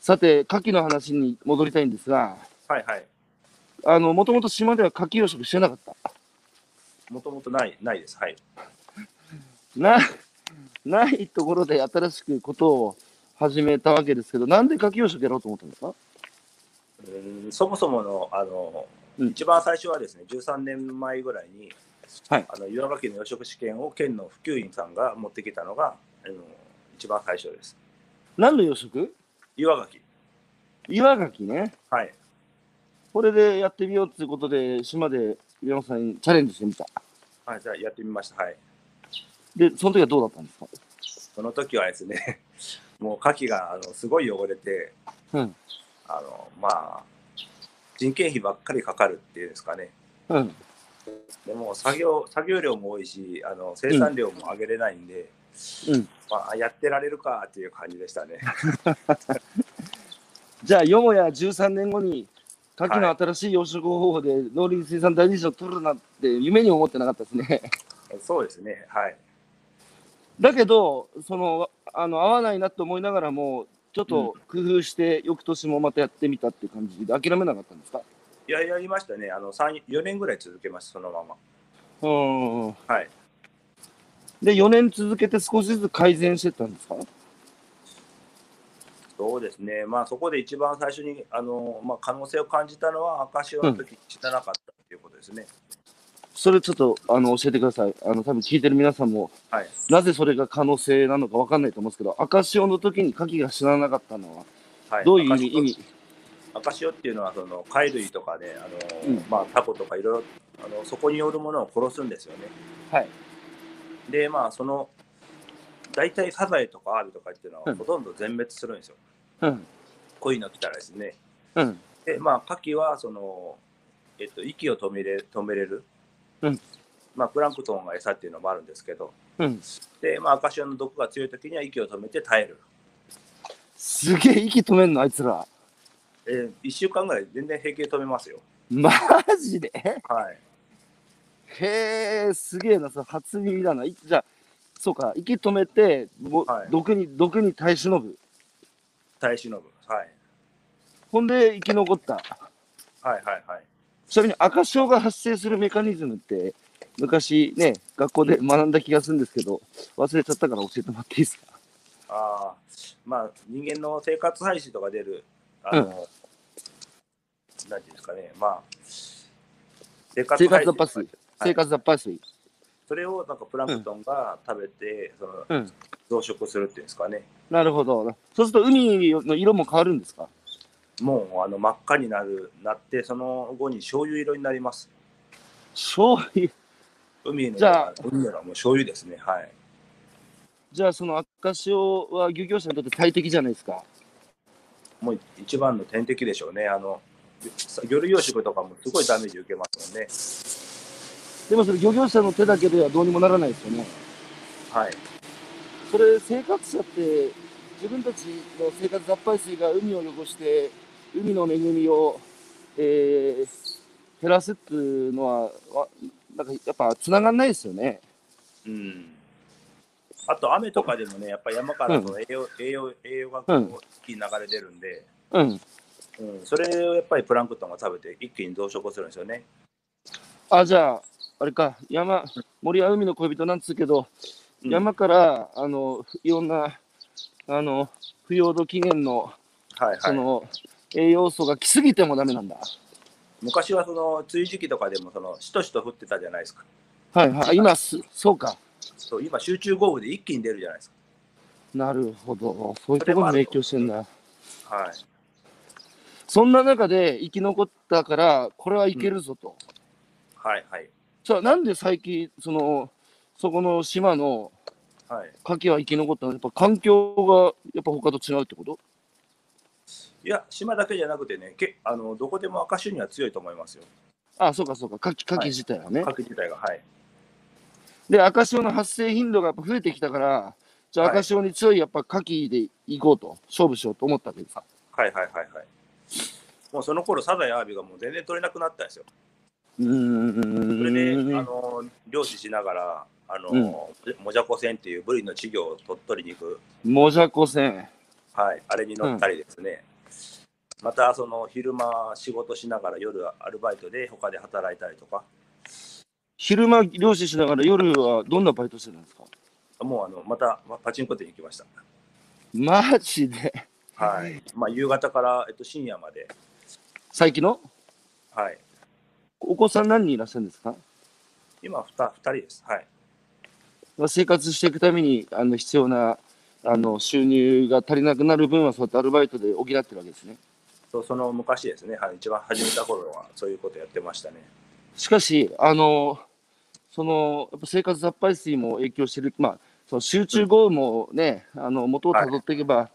S1: さて、牡蠣の話に戻りたいんですが、
S2: はいはい。
S1: あの、もともと島では牡蠣養殖してなかった。
S2: もともとない、ないです。はい。
S1: な、ないところで新しくことを始めたわけですけど、なんで牡蠣養殖やろうと思ったんですか
S2: うーんそもそもの、あの、
S1: うん
S2: 一番最初はですね、13年前ぐらいに、
S1: はい
S2: あの岩牡蠣の養殖試験を県の普及員さんが持ってきたのが、あの一番最初です。
S1: 何の養殖
S2: 岩牡蠣。
S1: 岩牡蠣ね。
S2: はい。
S1: これでやってみようっていうことで、島で岩本さんにチャレンジしてみた。
S2: はい、じゃあやってみました。はい。
S1: で、その時はどうだったんですか
S2: その時はですね、 もう牡蠣があのすごい汚れて、
S1: うん
S2: あのまあ、人件費ばっかりかかるっていうんですかね。
S1: うん。
S2: でも作業作業量も多いし、あの生産量も上げれないんで、
S1: うん
S2: まあ、やってられるかっていう感じでしたね。
S1: じゃあ、よもや13年後に、牡蠣の新しい養殖方法で農林水産大臣賞を取るなんて夢に思ってなかったですね。
S2: そうですね、はい。
S1: だけど、その、あの、合わないなと思いながらも、ちょっと工夫して、翌年もまたやってみたっていう感じで、諦めなかったんですか
S2: いや、やりましたね。あの3 4年ぐらい続けます、そのまま。
S1: うん。
S2: はい。
S1: で、4年続けて少しずつ改善してったんですか
S2: そうですね、まあ、そこで一番最初にあの、まあ、可能性を感じたのは、赤潮の時に知らなかったっていうことですね。
S1: それちょっと、あの、教えてください。あの、多分聞いてる皆さんも、
S2: はい、
S1: なぜそれが可能性なのかわかんないと思うんですけど、赤潮の時に牡蠣が死ななかったのは、
S2: はい、
S1: どういう意
S2: 赤
S1: 味、
S2: 潮
S1: 意味
S2: 赤潮っていうのはその貝類とかね、あの
S1: うん
S2: まあ、タコとかいろいろあのそこによるものを殺すんですよね。
S1: はい
S2: でまあその大体サザエとかアワビとかっていうの
S1: うん
S2: はほとんど全滅するんですよ、
S1: うん。
S2: こういうの来たらですね。
S1: うん。
S2: でまあ牡蠣はその、えっと、息を止めれ止めれる、
S1: うん
S2: まあ、プランクトンが餌っていうのもあるんですけど
S1: うん。
S2: で、まあ、赤潮の毒が強い時には息を止めて耐える。
S1: すげえ息止めんの、あいつら。
S2: え1週間ぐらい全然平気で止めますよ。
S1: マジで
S2: はい、
S1: へえ、すげえな、それ初耳だな。いじゃあ、そうか、息止めて、も
S2: はい
S1: 毒に、毒に耐え忍ぶ。
S2: 耐え忍ぶ。はい、
S1: ほんで、生き残った。
S2: はい、はい、はい。
S1: ちなみに赤潮が発生するメカニズムって、昔ね、学校で学んだ気がするんですけど、忘れちゃったから教えてもらっていいですか
S2: ああ、まあ、人間の生活廃止とか出る、あの、なんていうんですかね、まあ、生活
S1: 生
S2: 廃
S1: 活雑
S2: 止
S1: 把水。
S2: はい
S1: 生活雑把水。
S2: それをなんかプランクトンが食べて、その
S1: うん。
S2: 増殖するっていうんですかね、
S1: なるほど。そうすると海の色も変わるんですか
S2: もうあの真っ赤になるなって、その後に醤油色になります。
S1: 醤油。
S2: 海の
S1: じゃあ
S2: 海のはもう醤油ですね、はい。
S1: じゃあその赤潮は漁業者にとって最適じゃないですか。
S2: もう一番の天敵でしょうね、あの、魚類養殖とかもすごいダメージ受けますもんね。
S1: でもそれ漁業者の手だけではどうにもならないですよね。
S2: はい。
S1: それ生活者って自分たちの生活雑排水が海を汚して海の恵みを、えー減らすっていうのはわなんかやっぱつながんないですよね。
S2: うんあと雨とかでもね、やっぱり山からの栄養,、栄養栄養がこ
S1: うん
S2: う一気に流れ出るんで、
S1: うん。
S2: うん、それをやっぱりプランクトンが食べて一気に増殖するんですよね。
S1: あじゃああれか山森は海の恋人なんつうけど、
S2: うん
S1: 山からあのいろんなあの腐葉土起源の
S2: はい
S1: そ
S2: はい、
S1: の、栄養素が来すぎてもダメなんだ。
S2: 昔はその梅雨時期とかでもそのしとしと降ってたじゃないですか。
S1: はいはい。あ今すそうか。
S2: そう今集中豪雨で一気に出るじゃないです
S1: なるほど。そういうところに影響してんだ。
S2: か。はい、
S1: そんな中で生き残ったから、これはいけるぞと。
S2: はい、はい、
S1: さあ、なんで最近、その、そこの島の
S2: はい。
S1: 牡蠣は生き残ったのやっぱ環境が、やっぱ他と違うってこと
S2: いや、島だけじゃなくてね、けあのどこでも赤潮には強いと思いますよ、
S1: あそうかそうか。牡蠣、牡蠣自体はね。
S2: 牡蠣自体が。はい、
S1: で、赤潮の発生頻度がやっぱ増えてきたから、じゃあ
S2: はい
S1: 赤潮に強いやっぱ牡蠣で行こうと、勝負しようと思ったわけですか。
S2: はい、はい、はい。はいもうその頃サザエアワビがもう全然取れなくなったんですよ。
S1: うーん。
S2: それで、あの漁師しながら、あの、
S1: うん
S2: もじゃこ船っていうブリの稚魚を鳥取に行く、
S1: もじゃこ船。
S2: はい、あれに乗ったりですね、またその昼間仕事しながら夜アルバイトで他で働いたりとか、
S1: 昼間漁師しながら夜はどんなバイトしてたんですか
S2: もうあのまたまパチンコ店に行きました。
S1: マジで。
S2: はい。まあ夕方から、えっと、深夜まで、
S1: 最近の
S2: はい。
S1: お子さん何人いらっしゃるんですか
S2: 今ふた2人です。はい。
S1: まあ生活していくためにあの必要なあの収入が足りなくなる分はそうやってアルバイトで補ってるわけですね。
S2: そその昔ですね、はい、一番始めた頃はそういうことやってましたね。
S1: しかし、あのそのやっぱ生活雑排水も影響してる、まあ、その集中豪雨もね、あの元をたどっていけば、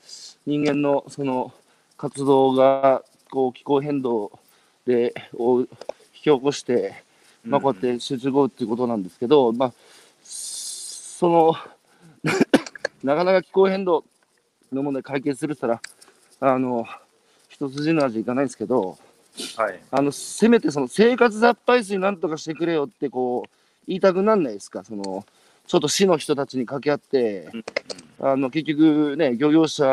S1: 人間のその活動がこう気候変動でを引き起こして、まあ、こうやって集中豪雨っていうことなんですけど、まあ、その なかなか気候変動の問題解決するって言ったらあの一筋の味いかないんですけど
S2: はい。
S1: あのせめてその生活雑排水なんとかしてくれよってこう言いたくなんないですかそのちょっと市の人たちに掛け合ってあの結局ね漁業者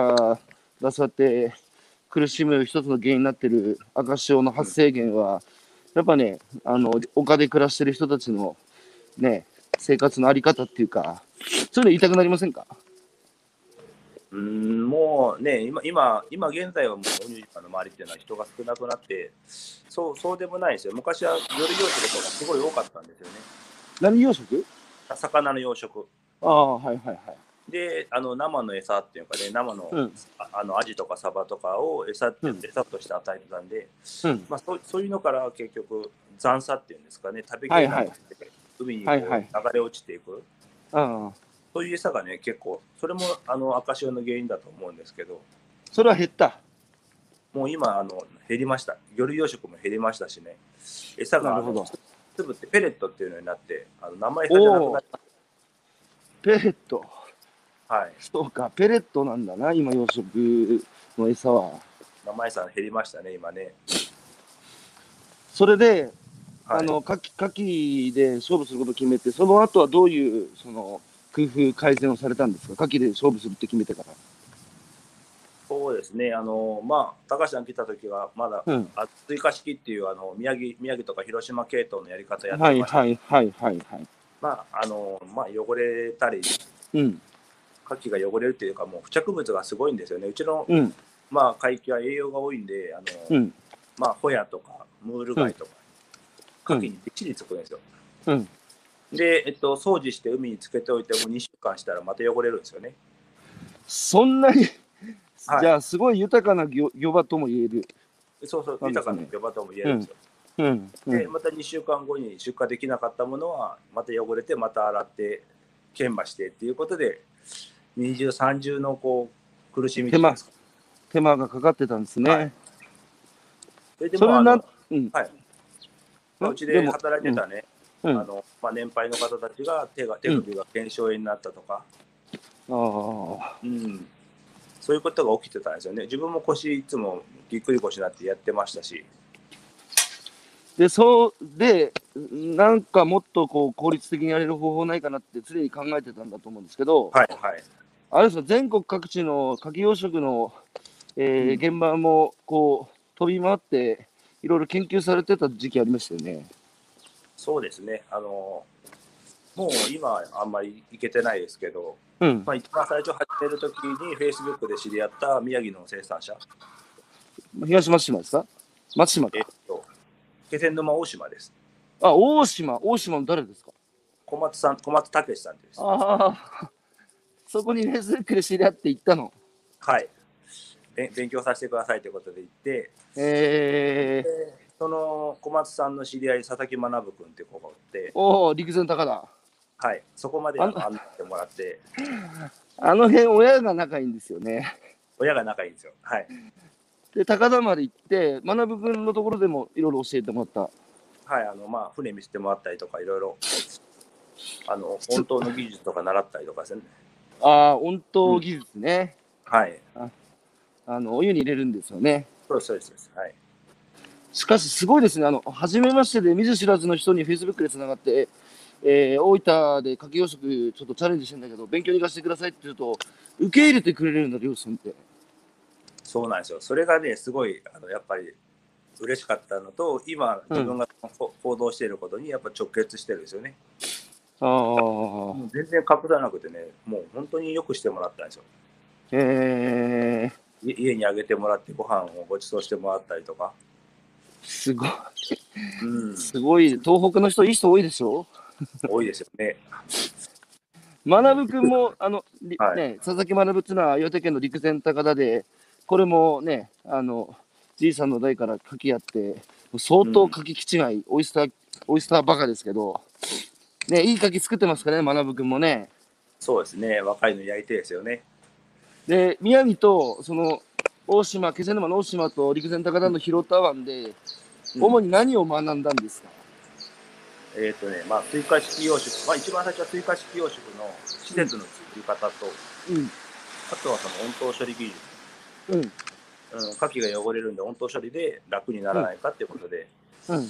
S1: がそうやって苦しむ一つの原因になってる赤潮の発生源は、やっぱねあの丘で暮らしてる人たちのね生活のあり方っていうかそういうの言いたくなりませんか
S2: うーんもうね、今、今、今現在はもう、お乳島の周りっていうのは人が少なくなって、そう、そうでもないですよ。昔は夜養殖とかすごい多かったんですよね。
S1: 何養殖
S2: 魚の養殖。
S1: ああはいはいはい
S2: で、あの、生の餌っていうかね、生の、
S1: うん
S2: ああの、アジとかサバとかを餌って、
S1: うん
S2: 餌として与えてたんで、
S1: うん
S2: まあ、そうそういうのから結局、残差っていうんですかね、食べき
S1: はい
S2: れな
S1: はい
S2: くて、海にこう
S1: は
S2: 流
S1: いはい
S2: れ落ちていく。
S1: ああ
S2: そういう餌がね、結構、それもあの赤潮の原因だと思うんですけど、
S1: それは減った
S2: もう今、あの減りました、魚類養殖も減りましたしね、餌が
S1: な
S2: あ
S1: るほ
S2: の
S1: ど
S2: 粒ってペレットっていうのになって、あの生餌じゃなくなっ
S1: ペレット
S2: た、はい、
S1: そうか、ペレットなんだな、今養殖の餌は。
S2: 生餌減りましたね、今ね。
S1: それで、
S2: はい、
S1: あの、カキ、カキで勝負することを決めて、その後はどういう、その、工夫、改善をされたんですかカキで勝負するって決めてから。
S2: そうですね、あのまあ、高橋さん来た時は、まだ、
S1: うん。
S2: あ追加式っていうあの宮城宮城とか広島系統のやり方やってま
S1: は
S2: し
S1: い
S2: た、
S1: はいはいはいはい。
S2: まああのまあ、汚れたり、
S1: うん、
S2: カキが汚れるっていうか、もう付着物がすごいんですよね、うちの、
S1: うん、
S2: まあ、海域は栄養が多いんで、あの
S1: うん、
S2: まあ、ホヤとかムール貝とか、
S1: うん
S2: 牡蠣にびっちりつくんですよ。
S1: うん。
S2: で、えっと、掃除して海につけておいても2週間したらまた汚れるんですよね。
S1: そんなに、
S2: はい
S1: じゃあ、すごい豊かな漁漁場とも言える。
S2: そうそ
S1: そうで
S2: う、
S1: すね
S2: 豊かな漁場とも言えるんですよ。
S1: うん、う
S2: で、
S1: ん。
S2: また2週間後に出荷できなかったものは、また汚れて、また洗って、研磨してっていうことで、二重、三重のこう苦しみっていうんですか
S1: 手間がかかってたんですね。
S2: はいそれで
S1: それ
S2: もあ
S1: な
S2: の
S1: ん、うん。
S2: はいまあうちで
S1: でも
S2: 働いてたね、
S1: うん。
S2: あ
S1: あ
S2: のまあ、年配の方たちが手が手首が腱鞘炎になったとか、
S1: あ、
S2: うん、そういうことが起きてたんですよね。自分も腰いつもぎっくり腰になってやってましたし、
S1: で、そう、で、なんかもっとこう効率的にやれる方法ないかなって常に考えてたんだと思うんですけど、
S2: はいはい、
S1: あれですか、全国各地の牡蠣養殖の、えー現場もこう飛び回って、いろいろ研究されてた時期ありましたよね。
S2: そうですね。あのもう今あんまり行けてないですけど、
S1: うん。
S2: まあ、一番最初始めるときに Facebook で知り合った宮城の生産者、
S1: 東松島ですか松島か
S2: えっ。と、気仙沼大島です。
S1: あ、大島、大島の誰ですか
S2: 小松さん、小松武さんです。
S1: ああ、そこにフェイスブックで知り合って行ったの。
S2: はい。べ勉強させてくださいということで行って、
S1: え
S2: でその小松さんの知り合い、佐々木学君っていう子がおって
S1: ー、、おお、陸前高田。
S2: はい、そこまで
S1: あ
S2: あ
S1: の
S2: の案内してもらって、
S1: あの辺、親が仲いいんですよね。
S2: 親が仲いいんですよ。はい。
S1: で高田まで行って学君のところでもいろいろ教えてもらっ
S2: はい、あの、まあ、船見せてもらったりとか、いろいろ、あの、本当の技術とか習ったりとかですね。
S1: たああ音頭技術ね、
S2: はい。
S1: あのお湯に入れるんですよね
S2: そうです、そうですそうです。はい。
S1: しかしすごいですねあの初めましてで見ず知らずの人にフェイスブックでつながってええー大分で牡蠣養殖ちょっとチャレンジしてんだけど、勉強に行かせてくださいって言うと、受け入れてくれるんだ、漁師さんって。
S2: そうなんですよ。それがね、すごい、あのやっぱり嬉しかったのと、今、
S1: うん
S2: 自分がこ行動していることに、やっぱ直結してるんですよね。
S1: ああ、
S2: もう全然隠さなくてね、もう本当によくしてもらったんですよ。
S1: えー、
S2: い家にあげてもらって、ご飯をご馳走してもらったりとか。
S1: すごい、
S2: うん、
S1: すごい、東北の人、いい人多いですよ。
S2: 多いですよね。
S1: 学君も、あの、り
S2: はい
S1: ね、佐々木学っていうのは岩手県の陸前高田で、これもね、あの、じいさんの代から牡蠣やって、相当牡蠣気違い、オイスター、オイスターバカですけど、ね、いい牡蠣作ってますからね、学君もね。
S2: そうですね。若いのやりたいですよね。
S1: で、宮城と、その、大島、気仙沼の大島と陸前高田の広田湾で、主に何を学んだんですか、
S2: えっ、とね、まあ、追加式養殖、まあ、一番最初は追加式養殖の施設の作り方と、
S1: うん、
S2: あとはその温湯処理技術、
S1: うん、
S2: うん、牡蠣が汚れるんで温湯処理で楽にならないかっていうことで、
S1: うん。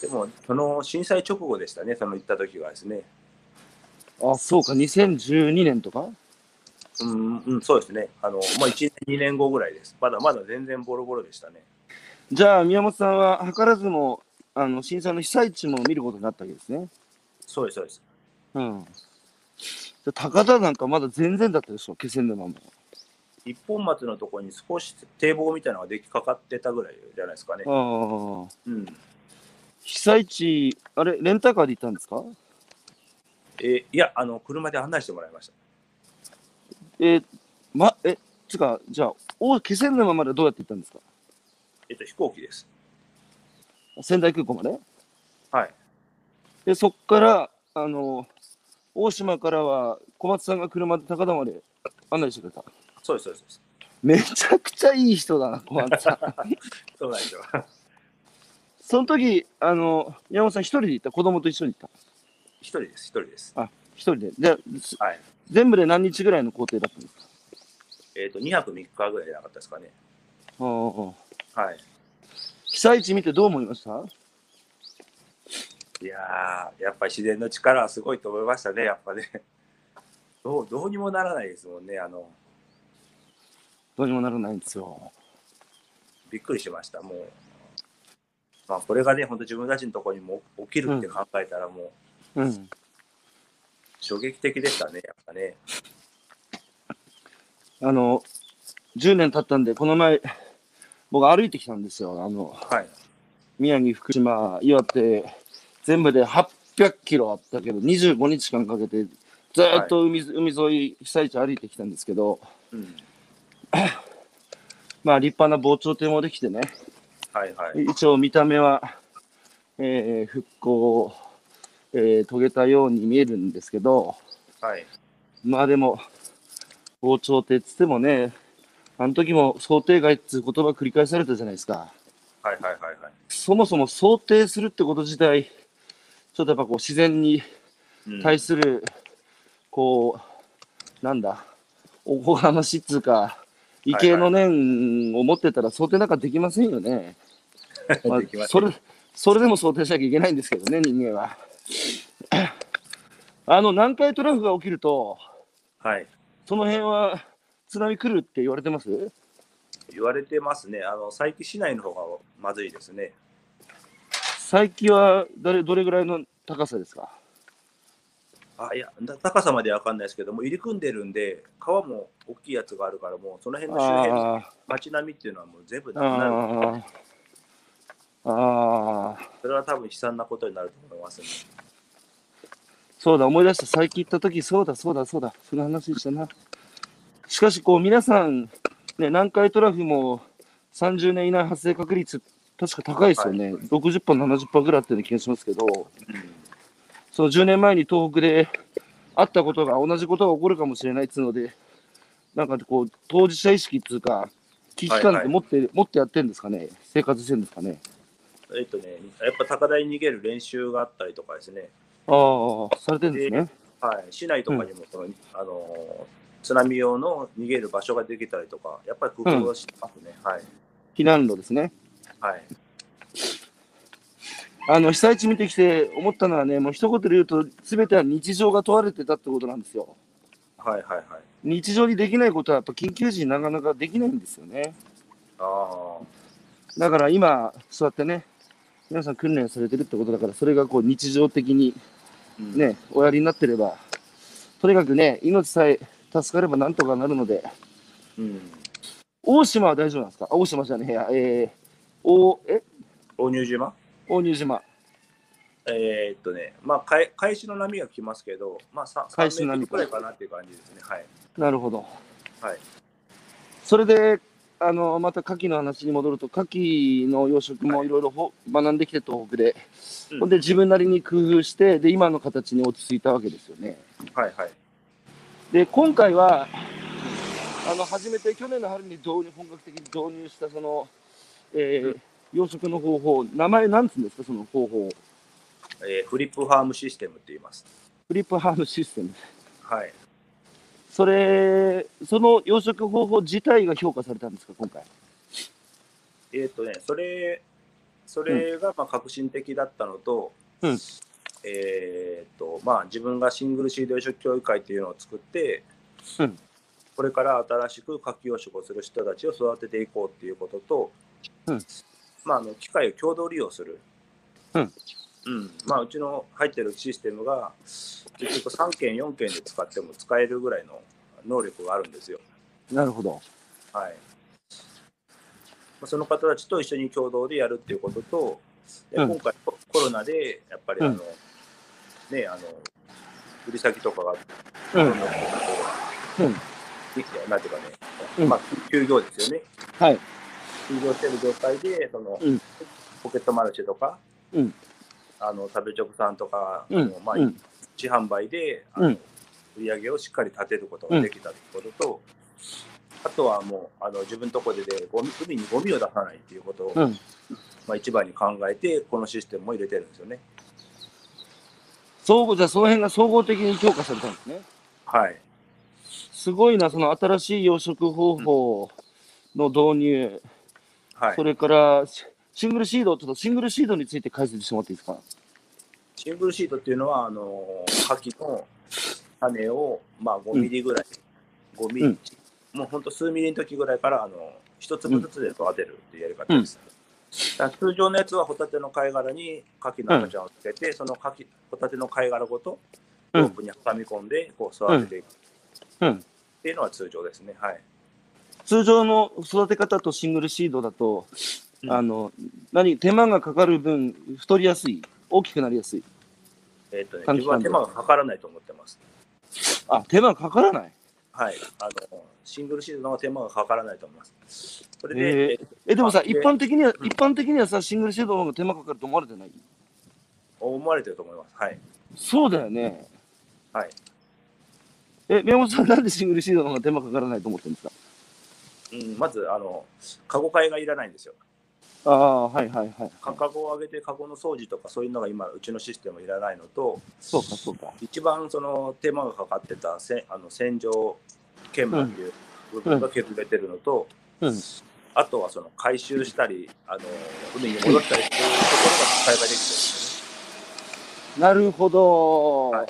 S2: でも、その震災直後でしたね、その行った時がですね。
S1: あ、そうか、2012年とか
S2: うん、うん、そうですね。あの、まあ、1年、2年後ぐらいです。まだまだ全然ボロボロでしたね。
S1: じゃあ、宮本さんは図らずも、あの、震災の被災地も見ることになったわけですね。
S2: そうです、そうです。
S1: うん。じゃあ高田なんかまだ全然だったでしょ、気仙沼も。
S2: 一本松のところに少し堤防みたいなのができかかってたぐらいじゃないですかね。
S1: ああ。
S2: うん。
S1: 被災地、あれ、レンタカーで行ったんですか
S2: えーいや、あの、車で案内してもらいました。
S1: えーま、え、つうか、じゃあ、お気仙沼までどうやって行ったんですか
S2: えっ、と、飛行機です。
S1: 仙台空港まで
S2: はい。
S1: で、そっから、あの、大島からは小松さんが車で高田まで案内してくれた。
S2: そうです、そうです。
S1: めちゃくちゃいい人だな、小松さん。
S2: そうなんですよ。
S1: その時あの山本さん一人で行った子供と一緒に行った
S2: 一人です、一人です。
S1: 一人でじゃあす
S2: はい。
S1: 全部で何日ぐらいの行程だったんですか
S2: えっ、と、2泊3日ぐらいじゃなかったですかね。はい。
S1: 被災地見てどう思いました
S2: いやー、やっぱり自然の力はすごいと思いましたね、やっぱね。 どう、どうにもならないですもんね。あの、
S1: どうにもならないんですよ
S2: びっくりしました、もう。まあ、これがね、本当自分たちのところにも起きるって考えたら、もう、
S1: うん
S2: 衝撃的でしたね、やっぱね。
S1: あの10年経ったんでこの前僕歩いてきたんですよあの
S2: はい。
S1: 宮城福島岩手全部で800キロあったけど25日間かけてずーっと海,、海沿い被災地歩いてきたんですけど
S2: うん。
S1: まあ立派な防潮堤もできてね
S2: はいはい。
S1: 一応見た目は、えー復興を、えー遂げたように見えるんですけど、
S2: はい。
S1: まあでも、防潮堤っつってもね、あの時も想定外っつう言葉繰り返されたじゃないですか。
S2: はいはいはいはい。
S1: そもそも想定するってこと自体、ちょっとやっぱこう自然に
S2: うん
S1: 対する、こう、なんだ、おこがましいっつうか、畏敬の念を持ってたら想定なんかできませんよね。ま
S2: できま
S1: あ、
S2: した
S1: それそれでも想定しなきゃいけないんですけどね、人間は。あの南海トラフが起きると、
S2: はい。
S1: その辺は津波来るって言われてます
S2: 言われてますね。あの、佐伯市内の方がまずいですね。
S1: 最近は誰どれぐらいの高さですか
S2: あいやだ高さまでは分かんないですけども入り組んでるんで川も大きいやつがあるからもうその辺の周辺の
S1: あ
S2: 街並みっていうのはもう全部
S1: ー
S2: なくなる
S1: あーあー、
S2: それは多分悲惨なことになると思いますね
S1: そうだ、思い出した、最近行った時そうだ、そうだ、そうだ、その話したな。しかし、こう皆さん、ね、南海トラフも30年以内発生確率、確か高いですよね、60%、70%ぐらいあってる気がしますけど。その10年前に東北であったことが同じことが起こるかもしれないっつうので、なんかこう当事者意識っつうか、危機
S2: はい
S1: 感
S2: は
S1: って
S2: い
S1: 持って、持ってやってるんですかね、生活してるんですかね。
S2: うんえっとねやっぱ高台に逃げる練習があったりとかですね
S1: ああ、されてるんですね。
S2: はい市内とかにもその、あのー津波用の逃げる場所ができたりとかやっぱり工夫はしてますね、はい
S1: 避難路ですね。
S2: はい
S1: あの、被災地見てきて思ったのはね、もう一言で言うと、すべては日常が問われてたってことなんですよ。
S2: はいはいはい。
S1: 日常にできないことは、やっぱ緊急時になかなかできないんですよね。
S2: あ
S1: だから今、そうやってね、皆さん訓練されてるってことだから、それがこう日常的に
S2: あ。ね。
S1: ね、おやりになってれば、とにかくね、命さえ助かればなんとかなるので、
S2: うん。
S1: 大島は大丈夫なんですかあ大島じゃねえや、えー、おえ
S2: 大乳島
S1: 大入島。
S2: えー、っとね、まあ、かえ開始の波が来ますけど、まあ、さ
S1: 返
S2: 3
S1: しの
S2: メート
S1: 波
S2: ルくらいかなっていう感じですね。はい。
S1: なるほど。
S2: はい。
S1: それで、あの、また牡蠣の話に戻ると、牡蠣の養殖もいろいろほ学んできて東北で、
S2: うん
S1: ほんで自分なりに工夫して、で、今の形に落ち着いたわけですよね。
S2: はいはい。
S1: で、今回は、あの、初めて去年の春に導入、本格的に導入した、その、えー
S2: うん
S1: 養殖の方法、名前なんつうんですか、その方法。
S2: えーフリップファームシステムって言います。
S1: フリップハームシステム。
S2: はい。
S1: それ、その養殖方法自体が評価されたんですか、今回。
S2: えーっとね、それ、それがまあ革新的だったのと、
S1: うん
S2: えーっと、まあ、自分がシングルシード養殖協議会というのを作って、
S1: うん
S2: これから新しく牡蠣養殖をする人たちを育てていこうっていうことと、
S1: うん
S2: まあ、あの機械を共同利用する、
S1: うん
S2: うんまあ、うちの入ってるシステムが結局3件4件で使っても使えるぐらいの能力があるんですよ。
S1: なるほど。
S2: はい、まあその方たちと一緒に共同でやるっていうことと、で
S1: うん
S2: 今回ココロナでやっぱりあの、ね、あの売り先とかが、
S1: うん。
S2: こ
S1: うん
S2: ういやなんていうかね、
S1: うん
S2: まあ、休業ですよね、
S1: はい。
S2: 休業してる状態でその、
S1: うん
S2: ポケットマルシェとか、
S1: うん
S2: あの食べ直さんとか、
S1: う
S2: あ
S1: ん
S2: の。まあ、
S1: うん。
S2: 自販売で、あ
S1: う
S2: の
S1: ん
S2: 売り上げをしっかり立てることができたということと、あとはもうあの自分のところで、ゴミ海にゴミを出さないということを、
S1: うん。
S2: まあ、一番に考えて、このシステムも入れてるんですよね。
S1: 総合、じゃあその辺が総合的に評価されたんですね。
S2: はい、
S1: すごいな、その新しい養殖方法の導入、
S2: はい
S1: そ、れからシシングルシード、ちょっとシングルシードについて解説してもらっていいですか。
S2: シングルシートっていうのは、あの牡蠣の種を、まあ、5ミリぐらい、5ミリ、
S1: うん
S2: もう本当数ミリの時ぐらいから、あの一粒ずつで育てるっていうやり方です。だから通常のやつはホタテの貝殻に牡蠣の赤ちゃんをつけて、その牡蠣ホタテの貝殻ごと
S1: うん
S2: ロープに挟み込んでこう育てていくっ
S1: うん。
S2: ていうのは通常ですね。はい。
S1: 通常の育て方とシングルシードだと、
S2: うん
S1: あの、何、手間がかかる分、太りやすい、大きくなりやすい。
S2: えっ、とね、
S1: 短
S2: 自
S1: 期
S2: 分
S1: 間
S2: は
S1: で
S2: 手間がかからないと思ってます。
S1: あ、手間かからない。
S2: はい。あのシングルシートの方が手間がかからないと思います。それで、
S1: へえ
S2: えっと
S1: え、でもさ、
S2: あ
S1: 一般的には、
S2: うん
S1: 一般的にはさ、シングルシードの方が手間かかると思われてない
S2: 思われてると思います。はい。
S1: そうだよね。
S2: はい。
S1: え、宮本さん、なんでシングルシードの方が手間かからないと思ってるんですか
S2: うん、まず、あの、カゴ替えがいらないんですよ。
S1: ああ、はいはいはい。
S2: かカゴを上げて、カゴの掃除とか、そういうのが今、うちのシステムいらないのと、
S1: そうかそうか。
S2: 一番その手間がかかってたせあの洗浄研磨っていう部分が削れてるのと、
S1: うん。
S2: あとはその回収したり、あの海に戻ったりっていうところが使えばできてるんですよね。
S1: なるほど。
S2: はい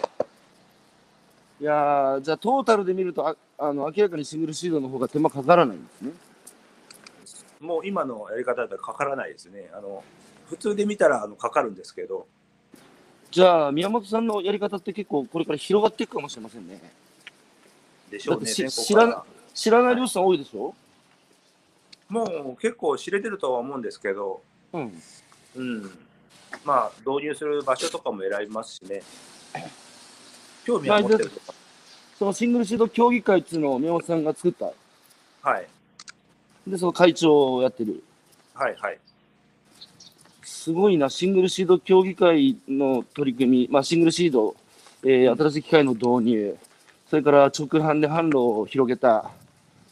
S1: い、やー、じゃあトータルで見ると、ああの明らかにシングルシードの方が手間かからないんですね。
S2: もう今のやり方だったらかからないですね。あの普通で見たらあのかかるんですけど、
S1: じゃあ、宮本さんのやり方って結構これから広がっていくかもしれませんね。
S2: でしょう
S1: だ
S2: ね、
S1: ってし
S2: 全国
S1: 知
S2: から
S1: らな知らない漁師さん多いでしょ
S2: もう結構知れてるとは思うんですけど、
S1: うん。
S2: うん、まあ導入する場所とかも選びますし ね、興味は持ってるとか、
S1: そのシングルシード協議会っていうのを宮本さんが作った。
S2: はい、
S1: で、その会長をやってる。
S2: はい、はい。
S1: すごいな、シングルシード協議会の取り組み、まあ、シングルシード、えー新しい機械の導入、それから直販で販路を広げた、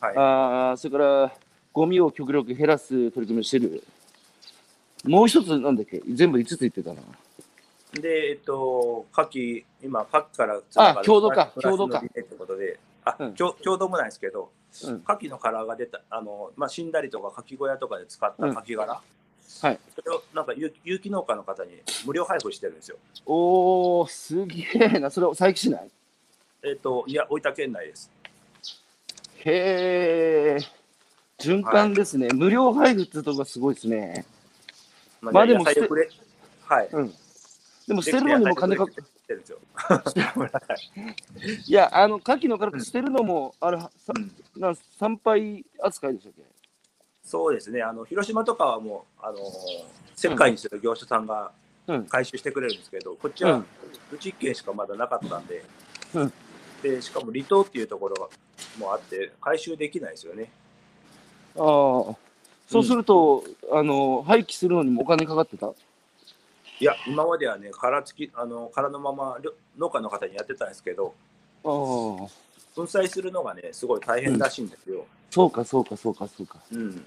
S2: はい
S1: あーそれからゴミを極力減らす取り組みをしてる。もう一つ、なんだっけ、全部5つ言ってたな。
S2: で、えっと、夏季、今、夏季からつ
S1: あ共同か共同か
S2: ってことで、あ、
S1: うん
S2: 共共同もないですけど、
S1: うん
S2: 牡蠣の殻が出た、あの、まあ、死んだりとか、牡蠣小屋とかで使った牡蠣殻
S1: はい
S2: それをなんか有有機農家の方に無料配布してるんですよ。
S1: おー、すげえな。それ、佐伯市内
S2: えっ、と、いや、大分県内です。
S1: へえ。循環ですね、無料配布ってとこがすごいですね。
S2: ま
S1: まあ
S2: じ
S1: で
S2: ゃ
S1: も
S2: 野菜をくれはい。
S1: うん。でも捨てるのにも金かか
S2: できて野菜をくれって
S1: いや、あの、牡蠣の殻捨てるのも、あれ、さ
S2: 言ってるんですよ。うん
S1: な参拝扱いでしたっけ
S2: そうですね。あの広島とかはもうあのー世界にする業者さんが
S1: うん
S2: 回収してくれるんですけど、こっち
S1: う
S2: は
S1: ん
S2: うち1軒しかまだなかったんで、
S1: うん
S2: でしかも離島っていうところもあって回収できないですよね。
S1: ああ。そうすると、あの、廃棄するのにもお金かかってた
S2: いや今まではね殻付きあの殻のままりょ農家の方にやってたんですけど、
S1: ああ。
S2: 粉砕するのがねすごい大変らしいんですよ。
S1: そうか、そうか、そうか、そうか。
S2: うん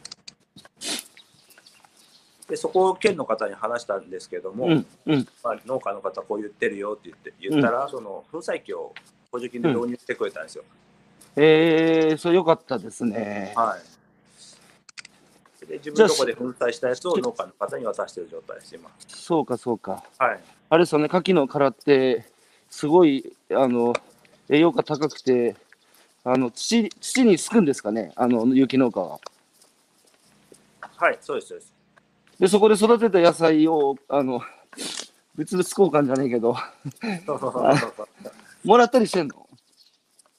S2: でそこを県の方に話したんですけども、
S1: うん、うん。
S2: まあ、農家の方こう言ってるよって言って言ったら、その粉砕機を補助金で導入してくれたんですよ。
S1: ええそれ良かったですね。
S2: はい。で自分のとこで粉砕したやつを農家の方に渡してる状態です今。
S1: そうか、そうか。
S2: はい。
S1: あれですよね、牡蠣の殻って、すごい、あの、栄養価高くて、あの、土、土にすくんですかね、あの、有機農家は。
S2: はい、そうですそ うです。
S1: で、そこで育てた野菜を、あの、物々交換じゃねえけど、
S2: そうそうそうそう
S1: もらったりしてんの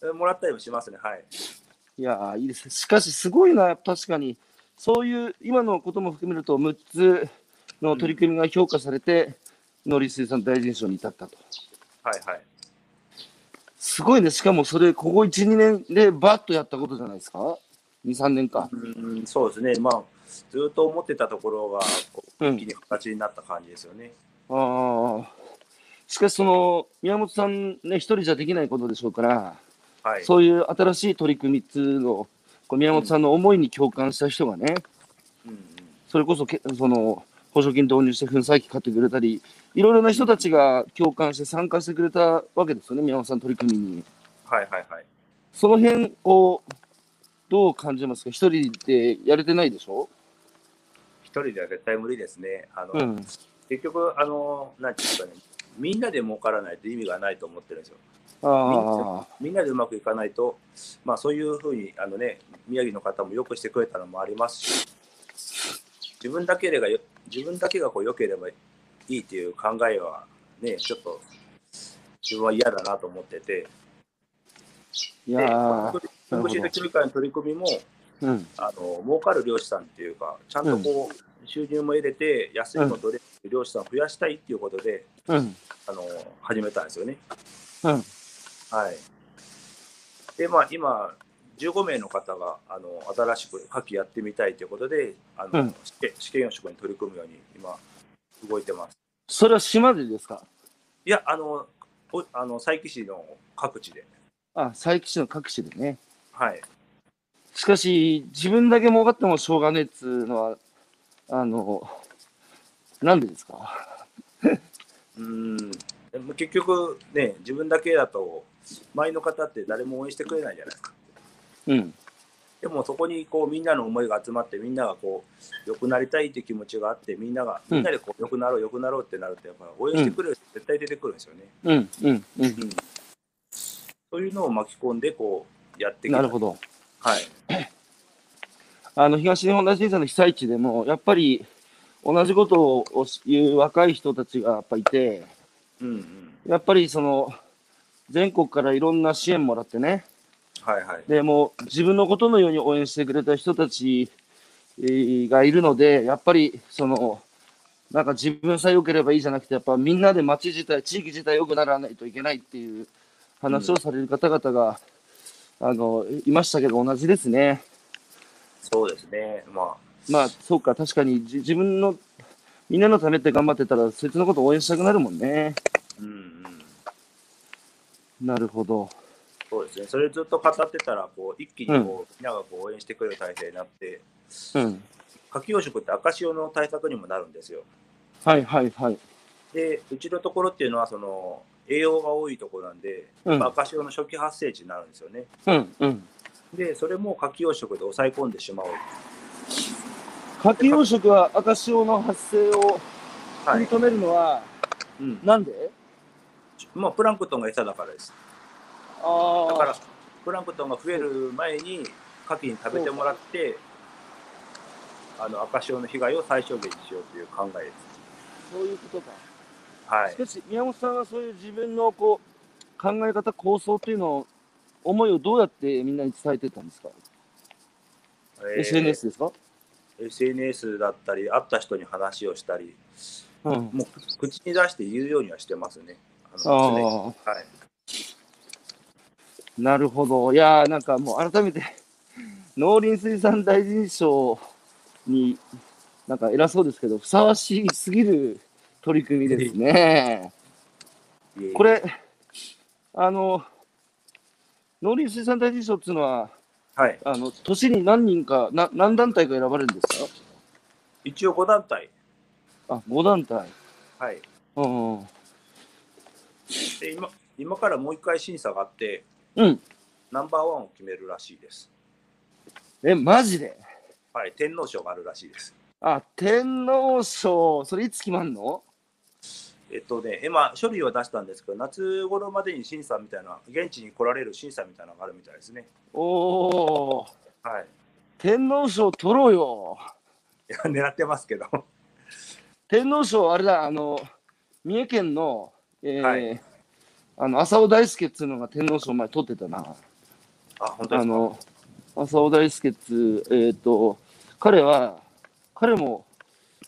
S2: それもらったりもしますね。はい。
S1: いやー、いいです。しかし、すごいな、確かに。そういう、今のことも含めると、6つの取り組みが評価されて、農林水産大臣賞に至ったと。
S2: はいはい。
S1: すごいね。しかもそれ、ここ1、2年でバッとやったことじゃないですか ?2、3年か。
S2: うん、そうですね。まあ、ずっと思ってたところが、こう
S1: う
S2: 一気
S1: ん。
S2: に形になった感じですよね。
S1: ああ。しかし、その、宮本さんね、一人じゃできないことでしょうから、
S2: はい。
S1: そういう新しい取り組みっていうのを、こう宮本さんの思いに共感した人がね、
S2: うんうん、
S1: それこそけ、その、補助金導入して粉砕機買ってくれたり、いろいろな人たちが共感して参加してくれたわけですよね、宮本さんの取り組みに。
S2: はいはいはい。
S1: その辺をどう感じますか一人でやれてないでしょ
S2: 一人では絶対無理ですね。あの、
S1: うん。
S2: 結局、あの、なんていうんですかね。みんなで儲からないと意味がないと思ってるんですよ。
S1: あ
S2: みんなでうまくいかないと、まあ、そういうふうにあの、ね、宮城の方もよくしてくれたのもありますし、自分だけれがよ自分だけがこう良ければいいという考えは、ね、ちょっと自分は嫌だなと思ってて、
S1: あ、い
S2: で
S1: や
S2: まあ
S1: ー
S2: 福祉と教育会の取り組みも
S1: うん、
S2: あの儲かる漁師さんっていうか、ちゃんとこう収入も入れて、安いのを取れる漁師さんを増やしたいっていうことで、
S1: うん、
S2: あの始めたんですよね。
S1: うん、
S2: はい。で、まあ、今、15名の方があの新しく夏季やってみたいということで、あの
S1: うん
S2: 試験試験養殖に取り組むように今、動いてます。
S1: それは島でですか
S2: いや、あの、おあの佐伯市の各地で、
S1: あ、佐伯市の各地でね。
S2: はい、
S1: しかし、自分だけ儲かってもしょうがねえっつうのは、あの、なんでですか
S2: うーん、でも結局ね、自分だけだと、周りの方って誰も応援してくれないじゃないですか。
S1: うん、
S2: でもそこにこうみんなの思いが集まってみんながこう良くなりたいって気持ちがあってみんなが
S1: うん
S2: みんなでこう良くなろう良くなろうってなるとやっぱ応援してくれる人絶対出てくるんですよね。
S1: うん、うん、うん。
S2: うんそういうのを巻き込んでこうやってきた
S1: なるほど。
S2: はい。
S1: あの、東日本大震災の被災地でも、やっぱり、同じことを言う若い人たちがやっぱいて、
S2: うんうん。
S1: やっぱりその、全国からいろんな支援もらってね、
S2: はいはい。
S1: でもう自分のことのように応援してくれた人たちえーがいるので、やっぱりその、なんか自分さえ良ければいいじゃなくて、やっぱみんなで町自体、地域自体良くならないといけないっていう話をされる方々が、あのいましたけど、同じですね。
S2: そうですね。ま
S1: まあ、そうか、確かにじ自分の、みんなのためって頑張ってたら、そいつのこと応援したくなるもんね。
S2: あ、うんうん。
S1: なるほど。
S2: そうですね。それずっと語ってたらこう一気にこう、みんながこう応援してくれる体制になって、
S1: うん。
S2: 夏季養殖って赤潮の対策にもなるんですよ。
S1: はいはいはい。
S2: でうちのところっていうのはその栄養が多いところなんで、
S1: うん
S2: まあ赤潮の初期発生地になるんですよね。
S1: うんうん。
S2: でそれも夏季養殖で抑え込んでしまおう
S1: 牡蠣養殖は赤潮の発生を食
S2: はいい。
S1: 止めるのは、
S2: うん。
S1: なんで
S2: まあ、プランクトンが餌だからです。
S1: あ
S2: だ
S1: あ。
S2: から、プランクトンが増える前に、牡蠣に食べてもらって、あの、赤潮の被害を最小限にしようという考えです。
S1: そういうことか。
S2: はい
S1: し。かし、宮本さんはそういう自分のこう考え方、構想っていうのを、思いをどうやってみんなに伝えてたんですか、
S2: えー
S1: ?SNS ですか
S2: SNS だったり、会った人に話をしたり、
S1: うん。
S2: もう口に出して言うようにはしてますね。あの常に
S1: ああ、
S2: はい。
S1: なるほど。いやー、なんかもう改めて、 農林水産大臣賞に、なんか偉そうですけど、ふさわしすぎる取り組みですね。
S2: いえいえ
S1: これ、あの、農林水産大臣賞っていうのは、
S2: はい。
S1: あの、年に何人か、な何団体か選ばれるんです
S2: 一応5団体。
S1: かあ、5団体。
S2: はい。
S1: うんうん。
S2: で、今、今からもう一回審査があって、
S1: うん。
S2: ナンバーワンを決めるらしいです。
S1: え、マジで
S2: はい。天皇賞があるらしいです。
S1: あ、天皇賞、それいつ決まんの
S2: えっとね、今、書類は出したんですけど、夏頃までに審査みたいな、現地に来られる審査みたいなのがあるみたいですね。
S1: おー、
S2: はい。
S1: 天皇賞取ろうよ。
S2: いや、狙ってますけど。
S1: 天皇賞、あれだ、あの、三重県の、えー
S2: はい
S1: あの、浅尾大輔っつうのが天皇賞前取ってたな。
S2: あ、本当で
S1: あ
S2: すか。
S1: の、浅尾大輔っつう、えっ、と、彼は、彼も、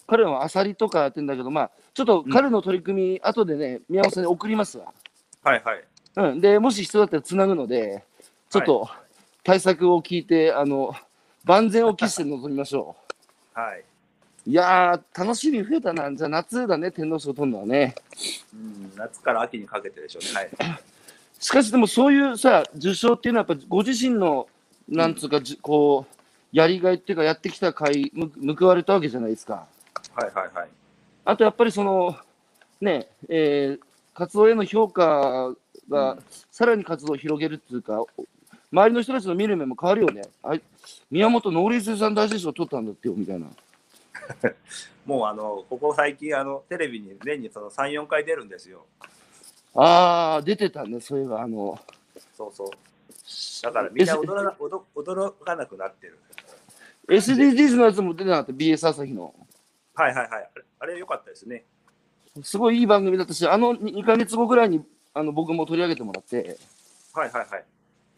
S1: 彼もアサリとかやってんだけど、まあ、ちょっと彼の取り組み、後でね、宮本さんに送りますわ。
S2: はいはい。
S1: うん、で、もし必要だったらつなぐので、ちょっと対策を聞いて、あの、万全を期して臨みましょ
S2: はい。
S1: う。いやー、楽しみ増えたな。じゃあ夏だね、天皇賞取るのはね。
S2: うん、夏から秋にかけてでしょうね。はい。
S1: しかしでもそういうさ受賞っていうのはやっぱご自身のなんつうか、じこうやりがいっていうかやってきた甲斐む報われたわけじゃないですか
S2: はいはいはい。
S1: あとやっぱりそのねえー活動への評価が、
S2: うん
S1: さらに活動を広げるっていうかお周りの人たちの見る目も変わるよねあい宮本農林水産大臣賞取ったんだってよみたいな
S2: もうあの、ここ最近、あの、テレビに年にその3、4回出るんですよ。
S1: あー出てたねそういえばあの
S2: そうそう。だからみんな驚かな驚驚かなくなってる。
S1: S- SDGs のやつも出てなかった BS 朝日の
S2: はいはいはい。あれあれ良かったですね。
S1: すごいいい番組だったし、あの2ヶ月後ぐらいにあの僕も取り上げてもらって、
S2: はいはいはい。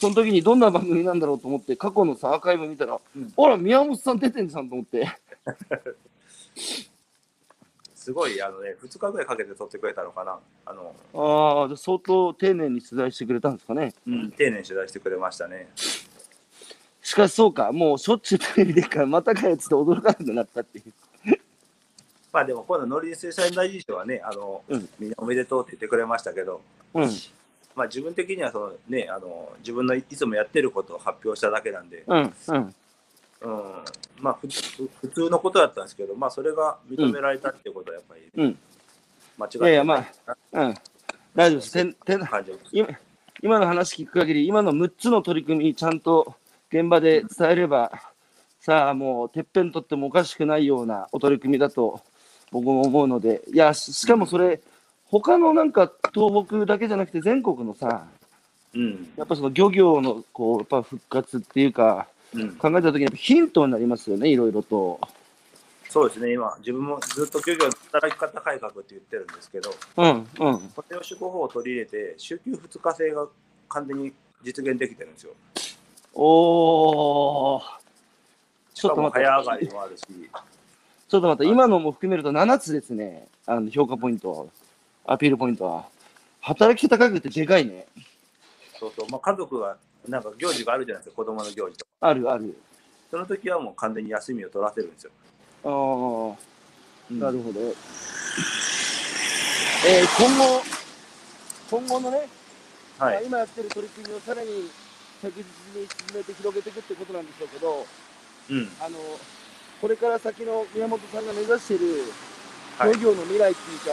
S1: その時にどんな番組なんだろうと思って、過去のさ、アーカイブ見たら、
S2: うん
S1: あら、宮本さん出てんじゃんと思って、
S2: すごい、あのね、2日ぐらいかけて撮ってくれたのかな。あの、
S1: ああ、相当丁寧に取材してくれたんですかね。
S2: 丁寧に取材してくれましたね。
S1: しかしそうか、もうしょっちゅうテレビでから、またかよっつって驚かなくなったっていう。
S2: まあでも、今度、農林水産大臣賞はね、あの、
S1: うん
S2: みんなおめでとうって言ってくれましたけど、
S1: うん、
S2: まあ自分的にはその、ね、あの、自分のいつもやってることを発表しただけなんで、
S1: うん、うん。
S2: うん、まあふふ普通のことだったんですけど、まあそれが認められたっていうことはやっぱり、
S1: うん
S2: 間違い
S1: いやいや、ま
S2: ない
S1: あ、うん。大丈夫です。てんてん
S2: 感じです。
S1: 今今の話聞く限り、今の6つの取り組み、ちゃんと現場で伝えれば、さあ、もうてっぺん取ってもおかしくないようなお取り組みだと僕も思うので、いや、ししかもそれ、他のなんか東北だけじゃなくて、全国のさ、
S2: うん、
S1: やっぱその漁業のこうやっぱ復活っていうか、
S2: うん、
S1: 考えたときにやっぱヒントになりますよね、いろいろと。
S2: そうですね、今、自分もずっと漁業の働き方改革って言ってるんですけど、
S1: うん、うん。
S2: 固定養殖法を取り入れて、週休2日制が完全に実現できてるんですよ。
S1: おー、
S2: し
S1: ちょ
S2: か
S1: っと
S2: も
S1: 待って
S2: 早上がりもあるし、
S1: ちょっと待って、今のも含めると7つですね、あの評価ポイント、アピールポイントは。働き方改革ってでかいね。
S2: そうそう、まあ、家族がなんか行事があるじゃないですか、子供の行事とか。
S1: あるある。
S2: その時はもう完全に休みを取らせるんですよ。
S1: ああ、
S2: うん
S1: なるほど。えー今後、今後のね、ま
S2: は
S1: あ
S2: い、
S1: 今やってる取り組みをさらに着実に進めて広げていくってことなんでしょうけど、
S2: うん、
S1: あの、これから先の宮本さんが目指している
S2: はい
S1: 農業の未来っていうか、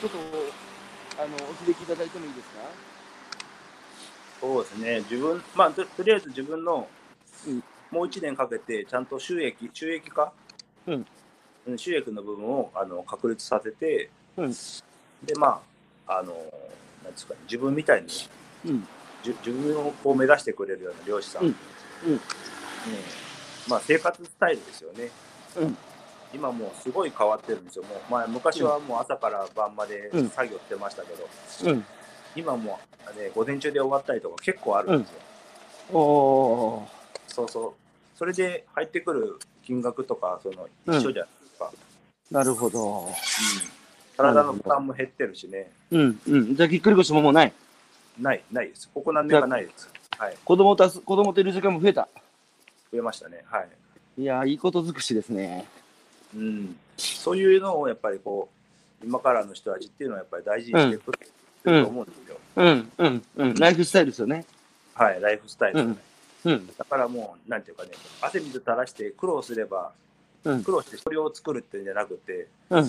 S1: ちょっと、あの、お聞きいただいてもいいですか
S2: そうですね、自分、まあ、ととりあえず自分の
S1: うん
S2: もう1年かけて、ちゃんと収益、収益化
S1: ううん
S2: うん収益の部分をあの確立させて、
S1: うん
S2: でまああのなんですかね自分みたいに
S1: うん
S2: じゅ自分をこう目指してくれるような漁師さん、
S1: うんうん
S2: うんまあ、生活スタイルですよね、
S1: うん
S2: 今もうすごい変わってるんですよもう、まあ、昔はもう朝から晩まで
S1: うん
S2: 作業してましたけど、
S1: うん。
S2: 今もう、ね、午前中で終わったりとか結構あるんですよ、
S1: おー。
S2: そうそうそれで入ってくる金額とかその
S1: うん
S2: 一緒じゃないですか、
S1: なるほど。
S2: 体の負担も減ってるしね
S1: うん、うん。じゃあ、ぎっくり腰ももうない。
S2: ないないですここ何年かないですはい
S1: 子供と遊子供といる時間も増えた。
S2: 増えましたねはい
S1: いやー、いいこと尽くしですね。
S2: うん、そういうのをやっぱりこう今からの人たちっていうのはやっぱり大事にしていくってると思うんですよ、
S1: うん、うん、うん。ライフスタイルですよね。
S2: はいライフスタイル、
S1: うんうん、
S2: だからもうなんていうかね汗水垂らして苦労すれば、
S1: うん
S2: 苦労してそれを作るっていうんじゃなくて、
S1: うん、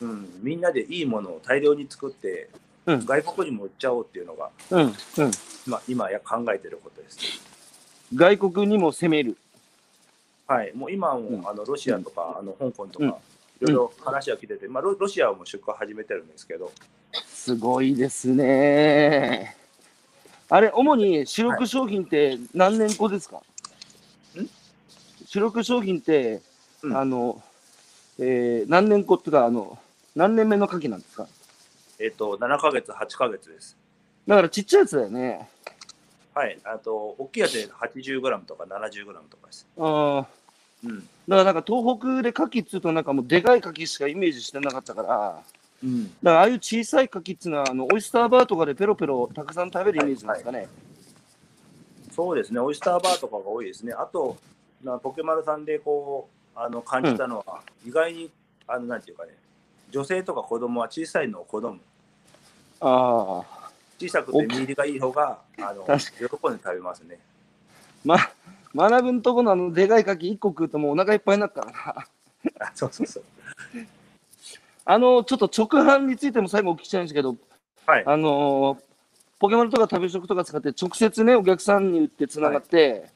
S2: うん、みんなでいいものを大量に作って、
S1: うん
S2: 外国にも売っちゃおうっていうのが、
S1: うん、うん。
S2: まあ、今や考えてることです、
S1: 外国にも攻める。
S2: はい、もう今はもう
S1: うん
S2: あのロシアとか、あの香港とか、
S1: うん
S2: いろいろ話は来てて、まあ、ロロシアはもう出荷始めてるんですけど、
S1: すごいですね。あれ、主に主力商品って何年後ですか、
S2: ん
S1: 主力商品って、
S2: うん
S1: あの、えー、何年後っていうか、あの、何年目の牡蠣なんですか
S2: えっと7ヶ月8ヶ月です
S1: だからちっちゃいやつだよね。
S2: はい、あと、大きいやつで 80g とか 70g とかです。
S1: あー
S2: うん。
S1: だからなんか東北で牡蠣っつうとなんかもうでかい牡蠣しかイメージしてなかったから、だか
S2: うん。
S1: らああいう小さい牡蠣っつうのはあのオイスターバーとかでペロペロたくさん食べるイメージなんですかね。
S2: そうですね、オイスターバーとかが多いですね。あと、なポケマルさんでこう、あの感じたのは、意外に、あの、なんていうかね、女性とか子供は小さいのを好む。
S1: ああ。
S2: 小さく
S1: お
S2: て身入りがいい方が、あの、
S1: 確
S2: 喜んで食べますね。
S1: ま、学ぶんとこのあのでかい牡蠣1個食うともうお腹いっぱいになるからな。
S2: あそうそうそう。
S1: あの、ちょっと直販についても最後お聞きしたいんですけど、
S2: はい。
S1: あのーポケモンとか食べ食とか使って直接ね、お客さんに売ってつながって、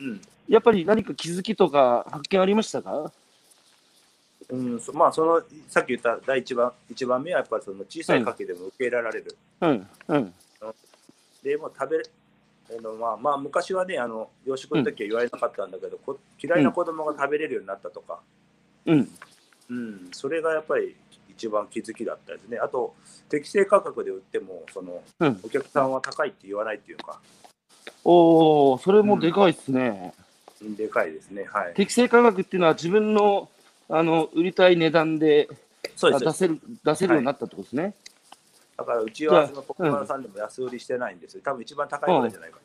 S2: うん。
S1: やっぱり何か気づきとか発見ありましたか
S2: うん、そまあ、その、さっき言った第一番、一番目は、やっぱりその小さいかけでも受け入れられる。
S1: うん、うん、
S2: でもう食べるあのまあまあ昔はねあの養殖の時は言われなかったんだけど、こ嫌いな子供が食べれるようになったとか、
S1: うん、
S2: うん、それがやっぱり一番気づきだったですねあと適正価格で売ってもその、
S1: うん
S2: お客さんは高いって言わないっていうか
S1: おお、それもでかいっすね、
S2: でかいですねはい
S1: 適正価格っていうのは自分のあの売りたい値段で
S2: そうで
S1: あ
S2: す
S1: 出せる出せるようになったってことですね。
S2: だからうちは
S1: じ
S2: そ
S1: ゃ
S2: の
S1: あ
S2: ポケマルさんでも安売りしてないんですよ多分一番高いぐらいじゃないか、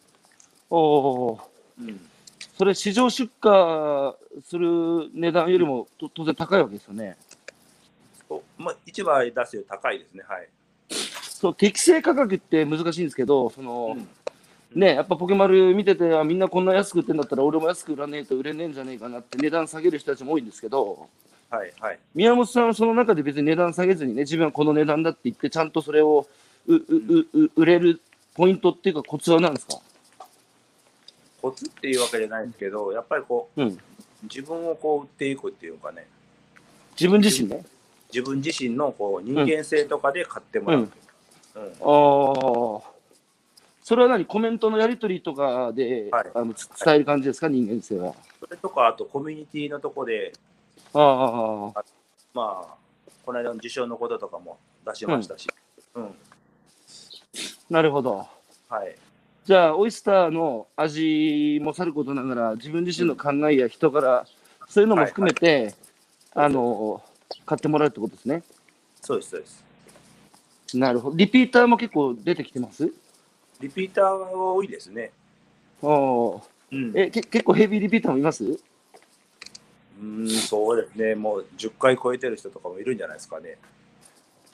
S1: おお、
S2: うん、
S1: それ市場出荷する値段よりもと当然高いわけですよね。
S2: おまあ、市場で出すより高いですねはい、
S1: そう適正価格って難しいんですけど、その、
S2: うん
S1: ね、やっぱポケマル見てて、あみんなこんな安く売ってんだったら、俺も安く売らねえと売れねえんじゃねえかなって、値段下げる人たちも多いんですけど、
S2: はいはい
S1: 宮本さんはその中で別に値段下げずにね、自分はこの値段だって言って、ちゃんとそれをうううう売れるポイントっていうか、コツは何ですか
S2: コツっていうわけじゃないですけどやっぱりこ
S1: うん。
S2: う自分をこう売っていくっていうかね
S1: 自分自身ね。
S2: 自分自身のこう人間性とかで買ってもらう、う
S1: あ
S2: ん
S1: あ。それは何コメントのやり取りとかで、
S2: はい
S1: あのつ伝える感じですか、人間性は。
S2: それとかあとコミュニティのとこで
S1: ああ。
S2: まあこの間の受賞のこととかも出しましたし、うん
S1: なるほど。
S2: はい、
S1: じゃあ、オイスターの味もさることながら、自分自身の考えや人から、そういうのも含めて、あの、買ってもらうってことですね。
S2: そうですそうです
S1: なるほど。リピーターも結構出てきてます
S2: リピーターは多いですね、
S1: おお
S2: うん
S1: ー。え、け結構ヘビーリピーターもいます
S2: うんそうですねもう10回超えてる人とかもいるんじゃないですかね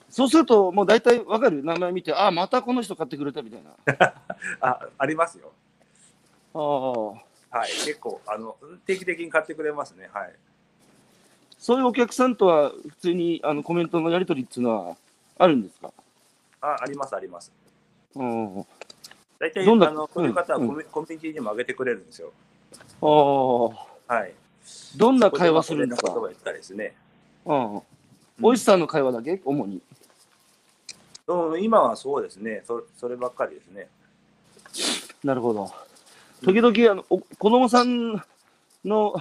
S1: そうすると、もう大体わかる名前見て、ああ、またこの人買ってくれたみたいな。あ
S2: あありますよ
S1: あ。
S2: はい結構あの定期的に買ってくれますねはい
S1: そういうお客さんとは、普通にあのコメントのやり取りっていうのは、あるんですか
S2: あありますあります
S1: うん。あ
S2: 大体あ
S1: どんな
S2: のこういう方は
S1: うん
S2: コミ,、コミュニティにも上げてくれるんですよ
S1: あ。
S2: はい
S1: どんな会話するんです
S2: そ
S1: か
S2: こまあそれな言葉やったりですね。
S1: うん。
S2: うん
S1: おいしさんの会話だけ主に。
S2: うん今はそうですね。そそればっかりですね。
S1: なるほど。時々、あの、お子供さんの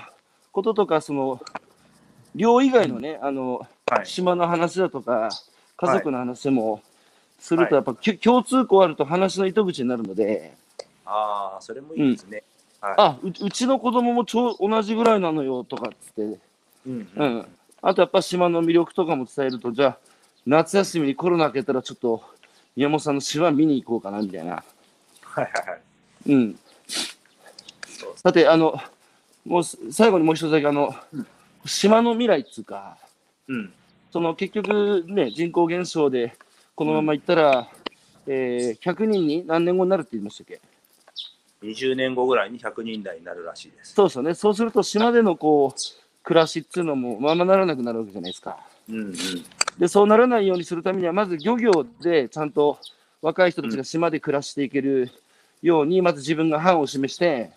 S1: こととか、その、寮以外のね、あの、
S2: はい。
S1: 島の話だとか、家族の話もする
S2: はい
S1: と、やっぱ、きゅ共通項あると話の糸口になるので、
S2: ああ、それもいいですね。は
S1: あう、うちの子供もちょう同じぐらいなのよとかっつって、
S2: い。うんう。
S1: うんん。あとやっぱ島の魅力とかも伝えると、じゃあ、夏休みにコロナ明けたらちょっと、宮本さんの島見に行こうかな、みたいな。
S2: はいはいはい。
S1: うん。
S2: そうです
S1: さて、あの、もうす最後にもう一つだけ、あの、島の未来っつうか、
S2: うん。
S1: その結局ね、人口減少で、このままいったら、えー100人に何年後になるって言いましたっけ
S2: 20年後ぐらいに100人台になるらしいです。
S1: そうですよね。そうすると、島でのこう、暮らしっていうのもままならなくなるわけじゃないですか。
S2: うんうん。
S1: で、そうならないようにするためには、まず漁業でちゃんと若い人たちが島で暮らしていけるように、まず自分が範を示して、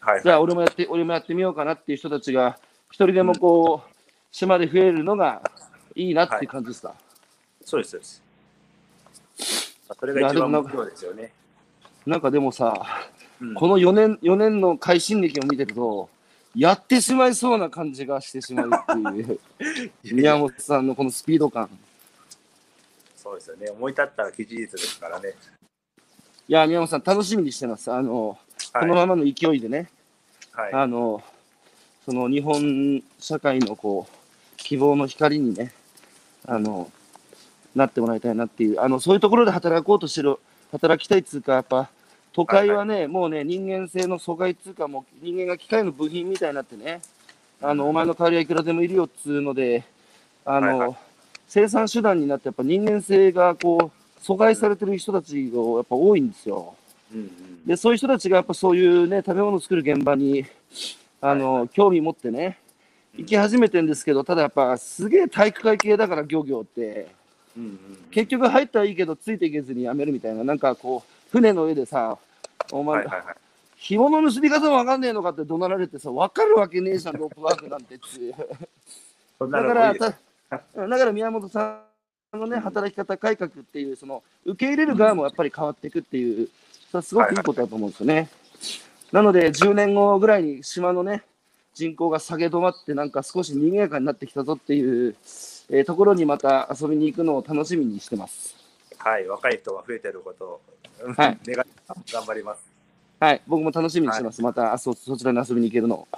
S2: はい
S1: じ。ゃあ俺もやって、俺もやってみようかなっていう人たちが、一人でもこう、島で増えるのがいいなっていう感じですか。
S2: そうです、そうです。それが一番目標ですよね。
S1: なんかでもさ、
S2: うん
S1: この4年、4年の快進撃を見てると、やってしまいそうな感じがしてしまうって いう、宮本さんのこのスピード感。
S2: そうですよね。思い立ったら事実ですからね。
S1: いや、宮本さん、楽しみにしてます。あの、
S2: はい。
S1: このままの勢いでね、
S2: はい、
S1: あの、その日本社会のこう、希望の光にね、あの、なってもらいたいなっていう、あの、そういうところで働こうとしてる、働きたいっつうか、やっぱ、都会はね、もうね、人間性の阻害っつうか、もう人間が機械の部品みたいになってね、あの、お前の代わりはいくらでもいるよっつうので、あの、
S2: はいは
S1: 生産手段になって、やっぱ人間性がこう、阻害されてる人たちがやっぱ多いんですよ。
S2: うんうん。
S1: で、そういう人たちがやっぱそういうね、食べ物を作る現場に、あの、興味持ってね、
S2: うん
S1: 行き始めてんですけど、ただやっぱすげえ体育会系だから漁業って、
S2: うんうん
S1: 結局入ったらいいけどついていけずにやめるみたいな、なんかこう、船の上でさ、お前、
S2: はいはいはい。
S1: 紐の結び方もわかんねえのかって怒鳴られてさ、わかるわけねえじゃん、ロープワークなんてっていう。
S2: そんな
S1: だ
S2: の
S1: か
S2: もいい
S1: ら、
S2: です。
S1: ただから宮本さんのね、働き方改革っていう、その、受け入れる側もやっぱり変わっていくっていう、それはすごくいいことだと思うんですよね。なので、10年後ぐらいに島のね、人口が下げ止まって、なんか少し賑やかになってきたぞっていう、えーところにまた遊びに行くのを楽しみにしてます。
S2: はい。若い人が増えてることを、うん
S1: はい
S2: 願い頑張ります。
S1: はい、僕も楽しみにしてます。また、あそ、そちらに遊びに行けるのを。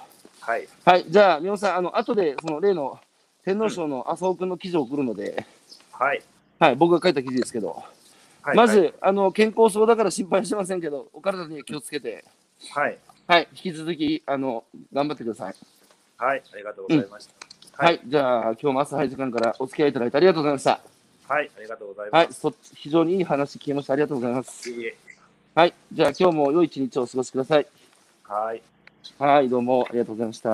S2: はい。
S1: はい、じゃあ、宮本さん、あの、後で、その例の、天皇賞の麻生君の記事を送るので、
S2: はい。
S1: はい、僕が書いた記事ですけど、
S2: はい、
S1: まず、あの健康そうだから心配してませんけど、お体には気をつけて、
S2: はい。
S1: はい、引き続きあの頑張ってください。
S2: はい。はい。ありがとうございました。
S1: はい、じゃあ、今日も朝早い時間からお付き合いいただいてありがとうございました。
S2: はい。ありがとうござい
S1: は
S2: ま
S1: い、そ非常にいい話聞きました。ありがとうございます
S2: す。。いいえ
S1: はい、じゃあ、今日も良い一日をお過ごしください。
S2: はい。
S1: はい、どうもありがとうございました。